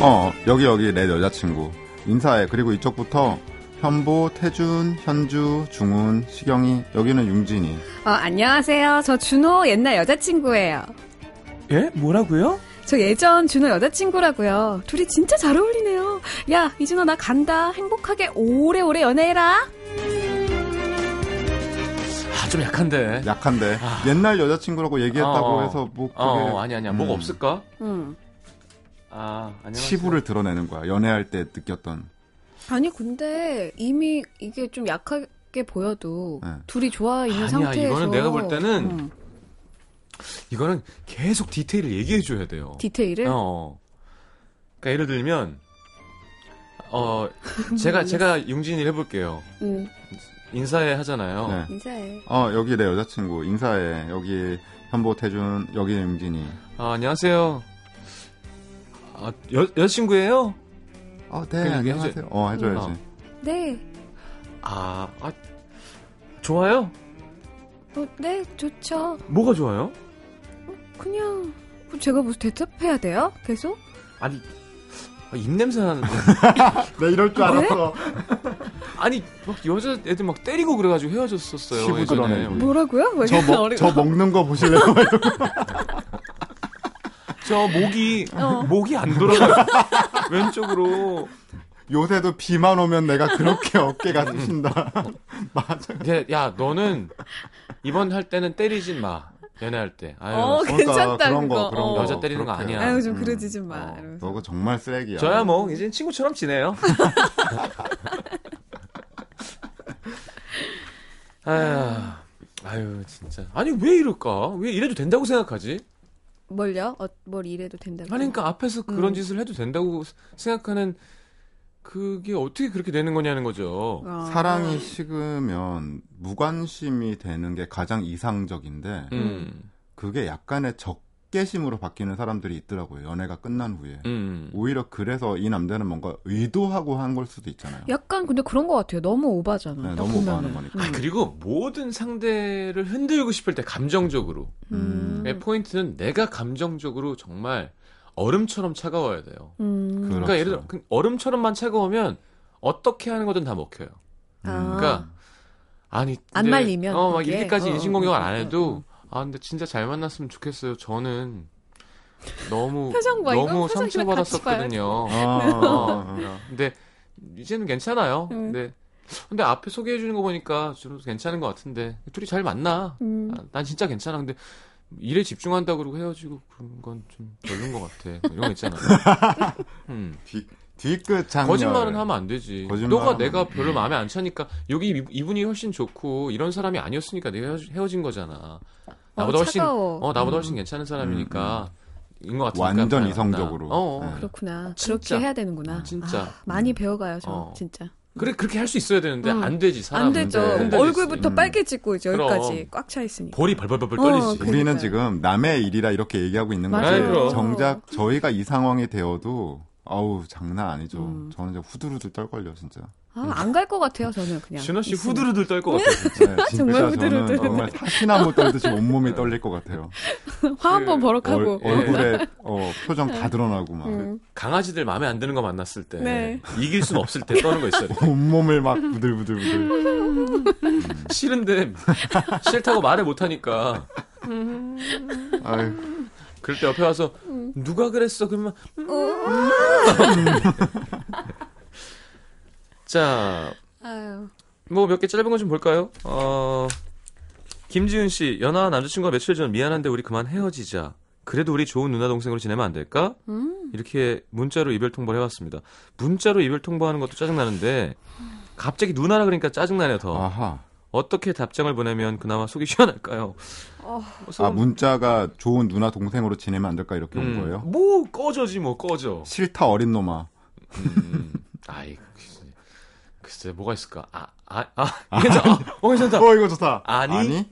Speaker 3: 어, 여기, 여기, 내 여자친구. 인사해. 그리고 이쪽부터 현보, 태준, 현주, 중훈, 시경이, 여기는 융진이.
Speaker 2: 어, 안녕하세요. 저 준호 옛날 여자친구예요.
Speaker 7: 예? 뭐라고요?
Speaker 2: 저 예전 준호 여자친구라고요. 둘이 진짜 잘 어울리네요. 야, 이준호 나 간다. 행복하게 오래오래 연애해라.
Speaker 7: 아, 좀 약한데.
Speaker 3: 약한데 옛날 여자친구라고 얘기했다고
Speaker 7: 아. 어,
Speaker 3: 해서 뭐 그게
Speaker 7: 어, 어, 아니 아니야. 뭐가
Speaker 3: 음.
Speaker 7: 없을까?
Speaker 2: 응.
Speaker 7: 아, 안녕하세요.
Speaker 3: 치부를 드러내는 거야. 연애할 때 느꼈던.
Speaker 2: 아니 근데 이미 이게 좀 약하게 보여도
Speaker 3: 네.
Speaker 2: 둘이 좋아 있는
Speaker 1: 아니야,
Speaker 2: 상태에서
Speaker 1: 이거는 내가 볼 때는
Speaker 2: 음,
Speaker 1: 이거는 계속 디테일을 얘기해 줘야 돼요.
Speaker 2: 디테일을
Speaker 1: 어. 그러니까 예를 들면 어
Speaker 2: *laughs*
Speaker 1: 제가 제가 융진이를 해볼게요.
Speaker 2: 음,
Speaker 1: 인사해 하잖아요.
Speaker 3: 네.
Speaker 2: 인사해.
Speaker 3: 어 여기 내 여자친구 인사해. 여기 현보, 태준, 여기 융진이.
Speaker 1: 아, 안녕하세요. 아, 여, 여자친구예요?
Speaker 3: 어, 네
Speaker 1: 그냥
Speaker 3: 안녕하세요.
Speaker 1: 해줘-
Speaker 3: 어 해줘야지.
Speaker 1: 어.
Speaker 2: 네,
Speaker 1: 아, 아, 좋아요?
Speaker 2: 어, 네 좋죠.
Speaker 1: 뭐가 좋아요?
Speaker 2: 그냥 뭐 제가 무슨 대답해야 돼요? 계속?
Speaker 1: 아니, 아, 입냄새
Speaker 7: *laughs*
Speaker 1: 나는데.
Speaker 3: 네 이럴 줄 알았어.
Speaker 1: 아니, 막 여자애들 막 때리고 그래가지고 헤어졌었어요.
Speaker 3: 시부
Speaker 1: 예전에.
Speaker 3: 드러내고.
Speaker 2: 뭐라고요? 왜
Speaker 3: 저,
Speaker 2: 이렇게
Speaker 3: 먹,
Speaker 2: 어리-
Speaker 3: 저 먹는 거 보실래요? *laughs*
Speaker 1: 저 목이, 목이 안 돌아가요. 왼쪽으로.
Speaker 3: 요새도 비만 오면 내가 그렇게 어깨가 쑤신다.
Speaker 7: *laughs*
Speaker 3: 맞아.
Speaker 1: 야, 야, 너는 이번 할 때는 때리진 마. 연애할 때. 아유,
Speaker 2: 어, 괜찮다,
Speaker 3: 그러니까 그런
Speaker 2: 그거.
Speaker 3: 거, 그런
Speaker 2: 어.
Speaker 3: 거.
Speaker 1: 여자 때리는 거
Speaker 3: 그렇게.
Speaker 1: 아니야.
Speaker 2: 아유 좀
Speaker 3: 음.
Speaker 2: 그러지 좀 마.
Speaker 1: 어,
Speaker 2: 이러면서.
Speaker 3: 너거 정말 쓰레기야.
Speaker 1: 저야 뭐, 이젠 친구처럼 지내요. *laughs* 아휴, 아유, 진짜. 아니, 왜 이럴까? 왜 이래도 된다고 생각하지?
Speaker 2: 뭘요? 어, 뭘 이래도 된다고?
Speaker 1: 아니, 그러니까 앞에서 그런
Speaker 2: 음.
Speaker 1: 짓을 해도 된다고 생각하는 그게 어떻게 그렇게 되는 거냐는 거죠.
Speaker 2: 어.
Speaker 3: 사랑이 식으면 무관심이 되는 게 가장 이상적인데
Speaker 1: 음,
Speaker 3: 그게 약간의 적개심으로 바뀌는 사람들이 있더라고요. 연애가 끝난 후에.
Speaker 1: 음.
Speaker 3: 오히려 그래서 이 남자는 뭔가 의도하고 한 걸 수도 있잖아요.
Speaker 2: 약간 근데 그런 것 같아요. 너무 오바잖아.
Speaker 3: 네,
Speaker 2: 딱
Speaker 3: 너무
Speaker 2: 보면은.
Speaker 3: 오바하는 거니까.
Speaker 1: 아, 그리고 모든 상대를 흔들고 싶을 때 감정적으로.
Speaker 2: 음.
Speaker 1: 의 포인트는 내가 감정적으로 정말 얼음처럼 차가워야 돼요.
Speaker 2: 음.
Speaker 3: 그렇죠.
Speaker 1: 그러니까 예를 들어 그 얼음처럼만 차가우면 어떻게 하는 거든 다 먹혀요.
Speaker 3: 음.
Speaker 2: 아.
Speaker 1: 그러니까 아니
Speaker 2: 안
Speaker 1: 근데-
Speaker 2: 말리면
Speaker 1: 어, 막
Speaker 2: 거기에?
Speaker 1: 이렇게까지
Speaker 2: 어, 어,
Speaker 1: 인신공격을 안
Speaker 2: 어, 어,
Speaker 1: 해도 아 근데 진짜 잘 만났으면 좋겠어요. 저는 너무
Speaker 2: 표정 봐, 이거
Speaker 1: 너무
Speaker 2: 표정이랑 어,
Speaker 1: 상처받았었거든요. 어,
Speaker 3: 아,
Speaker 1: 근데 이제는 괜찮아요.
Speaker 2: 음.
Speaker 1: 근데 근데 앞에 소개해 주는 거 보니까 저도 괜찮은 것 같은데 둘이 잘 만나.
Speaker 2: 음.
Speaker 1: 아, 난 진짜 괜찮아. 근데 일에 집중한다 그러고 헤어지고 그런 건 좀 별론 것 같아. 뭐 이런 거
Speaker 3: *laughs*
Speaker 1: 있잖아. 음.
Speaker 3: 뒤, 뒤끝 장면.
Speaker 1: 거짓말은 하면 안 되지.
Speaker 3: 거짓말은
Speaker 1: 너가
Speaker 3: 하면
Speaker 1: 내가
Speaker 3: 안
Speaker 1: 별로 마음에 안 차니까 여기 이- 이분이 훨씬 좋고 이런 사람이 아니었으니까 내가 헤어지- 헤어진 거잖아. 나보다 훨씬
Speaker 2: 차가워.
Speaker 1: 어 나보다 훨씬 괜찮은 사람이니까 인 것 같으니까
Speaker 3: 음. 완전
Speaker 1: 만나.
Speaker 3: 이성적으로.
Speaker 1: 어, 어.
Speaker 3: 네.
Speaker 2: 그렇구나.
Speaker 1: 진짜. 어,
Speaker 2: 그렇게 해야 되는구나.
Speaker 1: 진짜.
Speaker 2: 아, 많이 배워가요, 저
Speaker 1: 어.
Speaker 2: 진짜.
Speaker 1: 그래 그렇게 할 수 있어야 되는데
Speaker 2: 음.
Speaker 1: 안 되지 사람
Speaker 2: 안 되죠.
Speaker 3: 흔들릴
Speaker 2: 얼굴부터
Speaker 3: 음.
Speaker 2: 빨개지고 이제
Speaker 1: 그럼.
Speaker 2: 여기까지 꽉 차 있으니까.
Speaker 1: 볼이 벌벌벌벌
Speaker 2: 어,
Speaker 1: 떨리지.
Speaker 2: 그래.
Speaker 3: 우리는
Speaker 2: 그러니까요.
Speaker 3: 지금 남의 일이라 이렇게 얘기하고 있는 거지
Speaker 1: 맞아요. 네, 그럼.
Speaker 3: 정작 저희가 이 상황이 되어도 아우 장난 아니죠.
Speaker 2: 음.
Speaker 3: 저는 이제 후두루두 떨걸려 진짜.
Speaker 2: 아, 안 갈 것 같아요, 저는 그냥.
Speaker 1: 준호 씨
Speaker 2: 있으면.
Speaker 1: 후두루들 떨 것 같아.
Speaker 3: 네, 진짜
Speaker 2: *laughs* 정말
Speaker 3: 저는
Speaker 2: 후두루두루.
Speaker 3: 정말 사시나무 떨듯이 온몸이 떨릴 것 같아요.
Speaker 2: *laughs* 화 한 번
Speaker 1: 그
Speaker 2: 버럭하고.
Speaker 3: 얼, 얼굴에 어, 표정 다 드러나고 막
Speaker 2: 네. 음.
Speaker 1: 강아지들 마음에 안 드는 거 만났을 때
Speaker 2: 네.
Speaker 1: 이길 순 없을 때 떠는 거
Speaker 3: *laughs*
Speaker 1: 있어요.
Speaker 3: 온몸을 막 부들부들부들. *laughs*
Speaker 1: 싫은데 싫다고 말을 못 하니까
Speaker 3: 아유,
Speaker 1: 그럴 때 옆에 와서 누가 그랬어 그러면 음. *laughs* 자뭐 뭐
Speaker 2: 아유.
Speaker 1: 몇 개 짧은 거 좀 볼까요? 어 김지윤 씨 연하 남자친구가 며칠 전 미안한데 우리 그만 헤어지자. 그래도 우리 좋은 누나 동생으로 지내면 안 될까? 이렇게 문자로 이별 통보를 해왔습니다. 문자로 이별 통보하는 것도 짜증나는데 갑자기 누나라 그러니까 짜증나네요 더.
Speaker 3: 아하.
Speaker 1: 어떻게 답장을 보내면 그나마 속이 시원할까요?
Speaker 3: 아
Speaker 2: 음.
Speaker 3: 문자가 좋은 누나 동생으로 지내면 안 될까 이렇게 온 거예요?
Speaker 1: 뭐 꺼져지 뭐 꺼져.
Speaker 3: 싫다 어린 놈아.
Speaker 1: 음, 아이 글쎄, 글쎄 뭐가 있을까? 아, 아, 아 괜찮아. 어 괜찮다.
Speaker 3: 어 이거 좋다.
Speaker 1: 아니?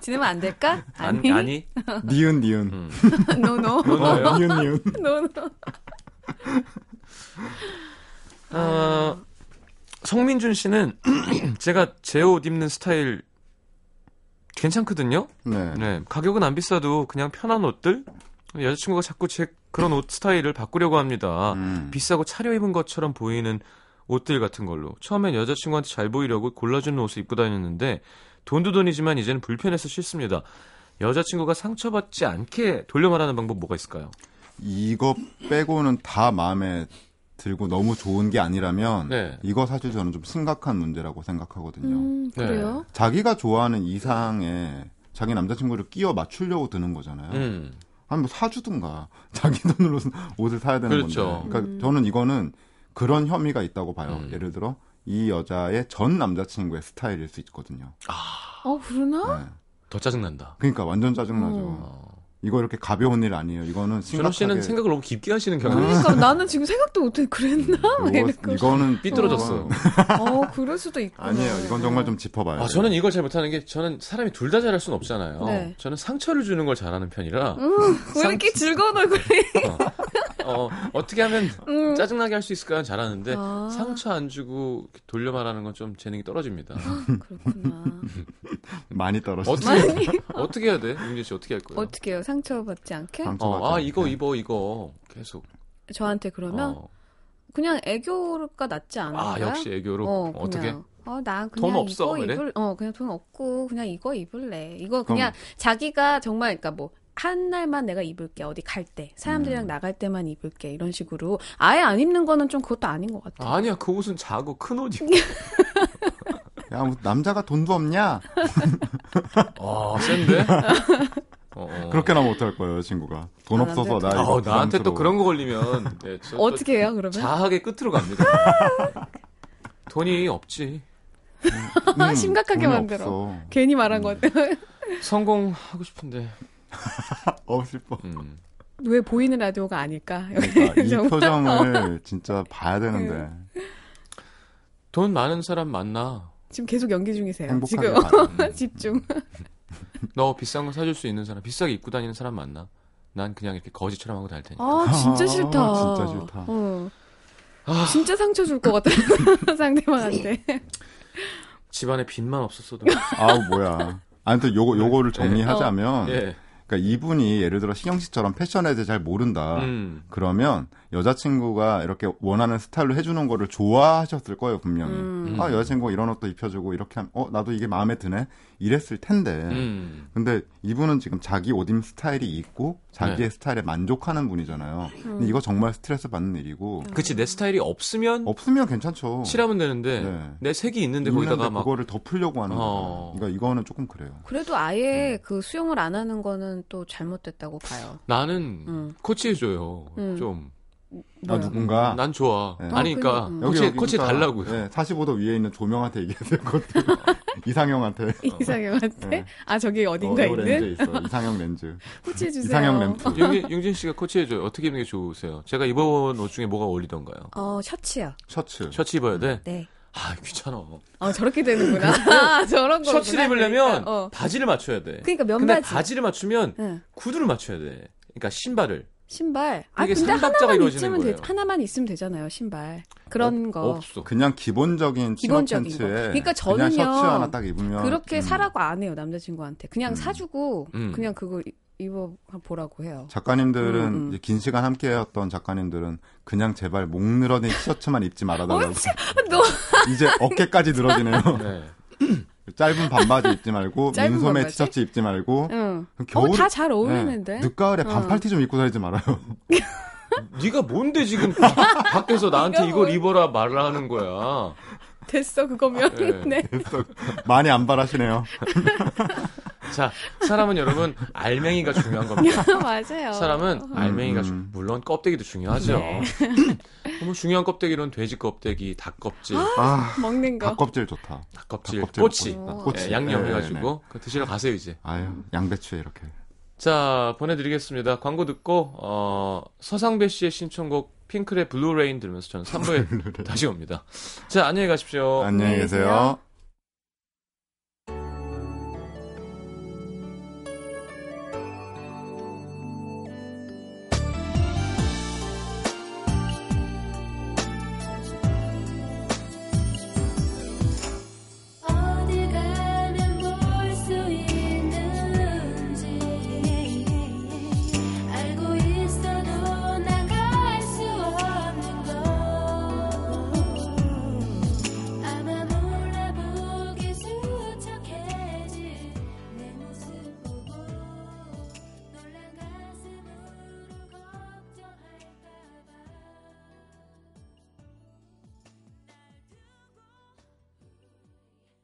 Speaker 2: 지내면 안 될까?
Speaker 1: 아니
Speaker 2: *laughs*
Speaker 1: 아니.
Speaker 3: 니은 니은.
Speaker 2: 노, 노.
Speaker 3: 어, *laughs* 니은 니은.
Speaker 2: 노, 노.
Speaker 1: 어, 성민준 씨는 *clears throat* 제가 제 옷 입는 스타일 괜찮거든요.
Speaker 3: 네.
Speaker 1: 네 가격은 안 비싸도 그냥 편한 옷들 여자친구가 자꾸 제 그런 옷 스타일을 바꾸려고 합니다.
Speaker 3: 음.
Speaker 1: 비싸고 차려입은 것처럼 보이는 옷들 같은 걸로 처음엔 여자친구한테 잘 보이려고 골라주는 옷을 입고 다녔는데 돈도 돈이지만 이제는 불편해서 싫습니다. 여자친구가 상처받지 않게 돌려 말하는 방법 뭐가 있을까요?
Speaker 3: 이거 빼고는 다 마음에 들고 너무 좋은 게 아니라면
Speaker 1: 네.
Speaker 3: 이거 사실 저는 좀 심각한 문제라고 생각하거든요.
Speaker 2: 음,
Speaker 1: 네.
Speaker 2: 그래요?
Speaker 3: 자기가 좋아하는 이상에 자기 남자친구를 끼워 맞추려고 드는 거잖아요.
Speaker 1: 음.
Speaker 3: 아니 뭐 사주든가 *laughs* 자기 돈으로 옷을 사야 되는
Speaker 1: 그렇죠.
Speaker 3: 건데. 그러니까 저는 이거는 그런 혐의가 있다고 봐요.
Speaker 1: 음.
Speaker 3: 예를 들어 이 여자의 전 남자친구의 스타일일 수 있거든요.
Speaker 2: 어, 그러나?
Speaker 3: 네.
Speaker 1: 더 짜증난다.
Speaker 3: 그러니까 완전 짜증나죠.
Speaker 1: 어.
Speaker 3: 이거 이렇게 가벼운 일 아니에요. 이거는
Speaker 1: 준호
Speaker 3: 심각하게 음.
Speaker 1: 씨는 생각을 너무 깊게 하시는 경향이 있어요.
Speaker 2: 그러니까 나는 지금 생각도 못해. 그랬나? 막
Speaker 3: 이거,
Speaker 2: 이러고.
Speaker 3: 이거는
Speaker 1: 삐뚤어졌어요.
Speaker 2: 어, 그럴 수도 있고.
Speaker 3: 아니에요. 이건 정말 좀 짚어봐요.
Speaker 1: 아, 저는 이걸 잘 못하는 게 저는 사람이 둘 다 잘할 수는 없잖아요.
Speaker 2: 네.
Speaker 1: 저는 상처를 주는 걸 잘하는 편이라
Speaker 2: 음, 왜 이렇게 즐거운 얼굴이?
Speaker 1: 어, 어떻게 하면
Speaker 2: 음.
Speaker 1: 짜증나게 할 수 있을까 잘하는데
Speaker 2: 아.
Speaker 1: 상처 안 주고 돌려 말하는 건 좀 재능이 떨어집니다.
Speaker 2: 그렇구나.
Speaker 3: 많이 떨어졌어요.
Speaker 1: 어떻게 어떻게 해야 돼? 윤재 씨 어떻게 할 거예요?
Speaker 2: 어떻게 해요? 상처받지 않게?
Speaker 1: 어, 아
Speaker 3: 네.
Speaker 1: 이거 입어 이거 계속.
Speaker 2: 저한테 그러면
Speaker 1: 어.
Speaker 2: 그냥 애교가 낫지 않을까요?
Speaker 1: 아 역시 애교로
Speaker 2: 어,
Speaker 1: 어, 떻게
Speaker 2: 그냥. 어, 나 그냥
Speaker 1: 돈 없어,
Speaker 2: 이거
Speaker 1: 뭐 이래?
Speaker 2: 입을 어, 그냥 돈 없고 그냥 이거 입을래. 이거 그냥 자기가 정말 그러니까 뭐 한 날만 내가 입을게. 어디 갈 때. 사람들이랑
Speaker 3: 음.
Speaker 2: 나갈 때만 입을게. 이런 식으로 아예 안 입는 거는 좀 그것도 아닌 것 같아요.
Speaker 1: 아니야 그 옷은 작고 큰 옷이고.
Speaker 2: *laughs*
Speaker 3: 야, 뭐 남자가 돈도 없냐?
Speaker 1: 아 센데. 어, 어.
Speaker 3: 그렇게 나면 어떡할 거예요, 친구가. 돈
Speaker 2: 아,
Speaker 3: 없어서 나
Speaker 2: 남자가-
Speaker 3: 이거
Speaker 1: 어, 나한테 또
Speaker 3: 부담스러워.
Speaker 1: 그런 거 걸리면 네, 저, 또
Speaker 2: 어떻게 해요, 그러면? *laughs*
Speaker 1: 자학의 끝으로 갑니다. 돈이 없지.
Speaker 2: *laughs*
Speaker 3: 음,
Speaker 2: 심각하게
Speaker 3: 돈이
Speaker 2: 만들어.
Speaker 3: 없어. 음.
Speaker 2: 괜히 말한 것 같아요. *laughs*
Speaker 1: 성공하고 싶은데.
Speaker 3: 어, 슬퍼.
Speaker 1: 음.
Speaker 2: 왜 보이는 라디오가 아닐까?
Speaker 3: 그러니까 이
Speaker 2: 정말. 어.
Speaker 3: 표정을 진짜 봐야 되는데.
Speaker 1: 돈 많은 사람 만나.
Speaker 2: *laughs* 지금 계속 연기 중이세요. 네.
Speaker 3: 행복하게
Speaker 2: 지금 *laughs*
Speaker 3: 봐야 돼.
Speaker 2: 집중.
Speaker 1: 너 비싼 거 사줄 수 있는 사람, 비싸게 입고 다니는 사람 만나. 난 그냥 이렇게 거지처럼 하고 다닐 테니까.
Speaker 2: 아, 진짜 싫다.
Speaker 3: 아, 진짜 싫다. 아.
Speaker 2: 어. 진짜 상처 줄 것 같아. *laughs* 상대방한테.
Speaker 1: 집안에 빚만 없었어도.
Speaker 3: 아우, 뭐야. 아니, 또 요거, 요거를
Speaker 1: 네.
Speaker 3: 정리하자면.
Speaker 1: 예.
Speaker 3: 그러니까 이분이 예를 들어 신영 씨처럼 패션에 대해 잘 모른다.
Speaker 1: 음.
Speaker 3: 그러면 여자친구가 이렇게 원하는 스타일로 해주는 거를 좋아하셨을 거예요 분명히.
Speaker 2: 음.
Speaker 3: 아 여자친구 가 이런 옷도 입혀주고 이렇게 하면 어 나도 이게 마음에 드네 이랬을 텐데.
Speaker 1: 음.
Speaker 3: 근데 이분은 지금 자기 옷임 스타일이 있고
Speaker 1: 네.
Speaker 3: 자기의 스타일에 만족하는 분이잖아요.
Speaker 1: 음.
Speaker 3: 근데 이거 정말 스트레스 받는 일이고
Speaker 1: 그치, 내 스타일이 없으면
Speaker 3: 없으면 괜찮죠.
Speaker 1: 음. 칠하면 되는데,
Speaker 3: 네.
Speaker 1: 내 색이 있는데
Speaker 3: 있는데
Speaker 1: 거기다가 막.
Speaker 3: 그거를 덮으려고 하는
Speaker 1: 어.
Speaker 3: 거예요. 그러니까 이거는 조금 그래요.
Speaker 2: 그래도
Speaker 1: 네.
Speaker 2: 아예 그 수용을 안 하는 거는 또 잘못됐다고 봐요.
Speaker 1: 나는
Speaker 2: 음.
Speaker 1: 코치해줘요.
Speaker 2: 음.
Speaker 1: 좀. 아, 음,
Speaker 3: 나 누군가
Speaker 1: 난 좋아.
Speaker 3: 네.
Speaker 1: 아니, 그러니까,
Speaker 2: 아, 그래요?
Speaker 1: 코치, 코치
Speaker 3: 그러니까,
Speaker 1: 달라고요.
Speaker 3: 네, 45도 위에 있는 조명한테 얘기해야
Speaker 1: *laughs*
Speaker 3: 될것 같아요. 이상형한테.
Speaker 2: 이상형한테?
Speaker 3: 네.
Speaker 2: 아, 저기 어딘가
Speaker 3: 어, 요
Speaker 2: 있는?
Speaker 3: 렌즈 있어. 이상형 렌즈.
Speaker 2: 후치해주세요.
Speaker 3: 이상형 램프.
Speaker 1: 윤- 윤진 씨가 코치해줘요. 어떻게 입는 게 좋으세요? 제가 입어본 옷 중에 뭐가 어울리던가요?
Speaker 2: 어, 셔츠요.
Speaker 3: 셔츠.
Speaker 1: 셔츠 입어야 돼?
Speaker 3: 음.
Speaker 2: 네.
Speaker 1: 아, 귀찮아.
Speaker 2: 어,
Speaker 1: *laughs*
Speaker 2: 저렇게 되는구나. 아, 저런 거.
Speaker 1: 셔츠를 입으려면
Speaker 2: 그러니까, 어.
Speaker 1: 바지를 맞춰야 돼.
Speaker 2: 그러니까
Speaker 1: 근데
Speaker 2: 면바지.
Speaker 1: 바지를 맞추면
Speaker 2: 응.
Speaker 1: 구두를 맞춰야 돼. 그러니까 신발을.
Speaker 2: 신발. 아,
Speaker 1: 이게
Speaker 2: 근데
Speaker 1: 삼각자가
Speaker 2: 하나만
Speaker 1: 이루어지는
Speaker 2: 있으면 되,
Speaker 1: 거예요.
Speaker 2: 하나만 있으면 되잖아요, 신발. 그런
Speaker 1: 없-
Speaker 2: 거.
Speaker 1: 없어.
Speaker 3: 그냥 기본적인 치마
Speaker 2: 기본적인
Speaker 3: 팬츠에
Speaker 2: 거. 그러니까
Speaker 3: 냥
Speaker 2: 저는요,
Speaker 3: 셔츠 하나 딱 입으면
Speaker 2: 그렇게
Speaker 3: 음,
Speaker 2: 사라고 안 해요 남자친구한테 그냥
Speaker 3: 음.
Speaker 2: 사주고
Speaker 1: 음.
Speaker 2: 그냥 그거 이- 입어보라고 해요
Speaker 3: 작가님들은
Speaker 2: 음, 음.
Speaker 3: 이제 긴 시간 함께했던 작가님들은 그냥 제발 목 늘어진 티셔츠만 입지 말아달라고.
Speaker 2: *laughs* 너-
Speaker 3: *laughs* 이제
Speaker 2: *laughs*
Speaker 3: 어깨까지 늘어지네요.
Speaker 1: 네.
Speaker 3: 짧은 반바지 입지 말고
Speaker 2: 짧은
Speaker 3: 민소매
Speaker 2: 반바지?
Speaker 3: 티셔츠 입지 말고
Speaker 2: 응.
Speaker 3: 그럼 겨울
Speaker 2: 어, 다 잘 어울리는데
Speaker 3: 네, 늦가을에
Speaker 2: 어.
Speaker 3: 반팔티 좀 입고 다니지 말아요.
Speaker 2: *laughs*
Speaker 1: 네가 뭔데 지금 바- 밖에서 나한테
Speaker 2: 네가
Speaker 1: 이걸
Speaker 2: 뭘-
Speaker 1: 입어라 말하는 거야.
Speaker 2: 됐어 그거면
Speaker 1: 네.
Speaker 2: 네.
Speaker 3: 많이 안 바라시네요.
Speaker 1: 자, 사람은 여러분 알맹이가 중요한 겁니다.
Speaker 2: *laughs* 맞아요
Speaker 1: 사람은 알맹이가 중-
Speaker 3: 음.
Speaker 1: 물론 껍데기도 중요하죠.
Speaker 2: 네.
Speaker 1: *laughs* 뭐 중요한 껍데기로는 돼지 껍데기, 닭 껍질,
Speaker 3: 아,
Speaker 2: 먹는 거
Speaker 3: 닭껍질 좋다.
Speaker 1: 닭 껍질,
Speaker 3: 닭껍질
Speaker 1: 꼬치,
Speaker 2: 먹고.
Speaker 3: 꼬치.
Speaker 1: 예, 양념
Speaker 3: 네,
Speaker 1: 해가지고
Speaker 3: 네, 네.
Speaker 1: 그거 드시러 가세요 이제.
Speaker 3: 아유,
Speaker 2: *laughs*
Speaker 3: 양배추에 이렇게.
Speaker 1: 자, 보내드리겠습니다. 광고 듣고, 어, 서상배 씨의 신청곡
Speaker 3: *laughs*
Speaker 1: 핑클의 블루레인 들으면서 저는 3부에 다시 옵니다. 자, 안녕히 가십시오.
Speaker 3: 안녕히
Speaker 2: 안녕히
Speaker 3: 계세요.
Speaker 2: 네, 계세요.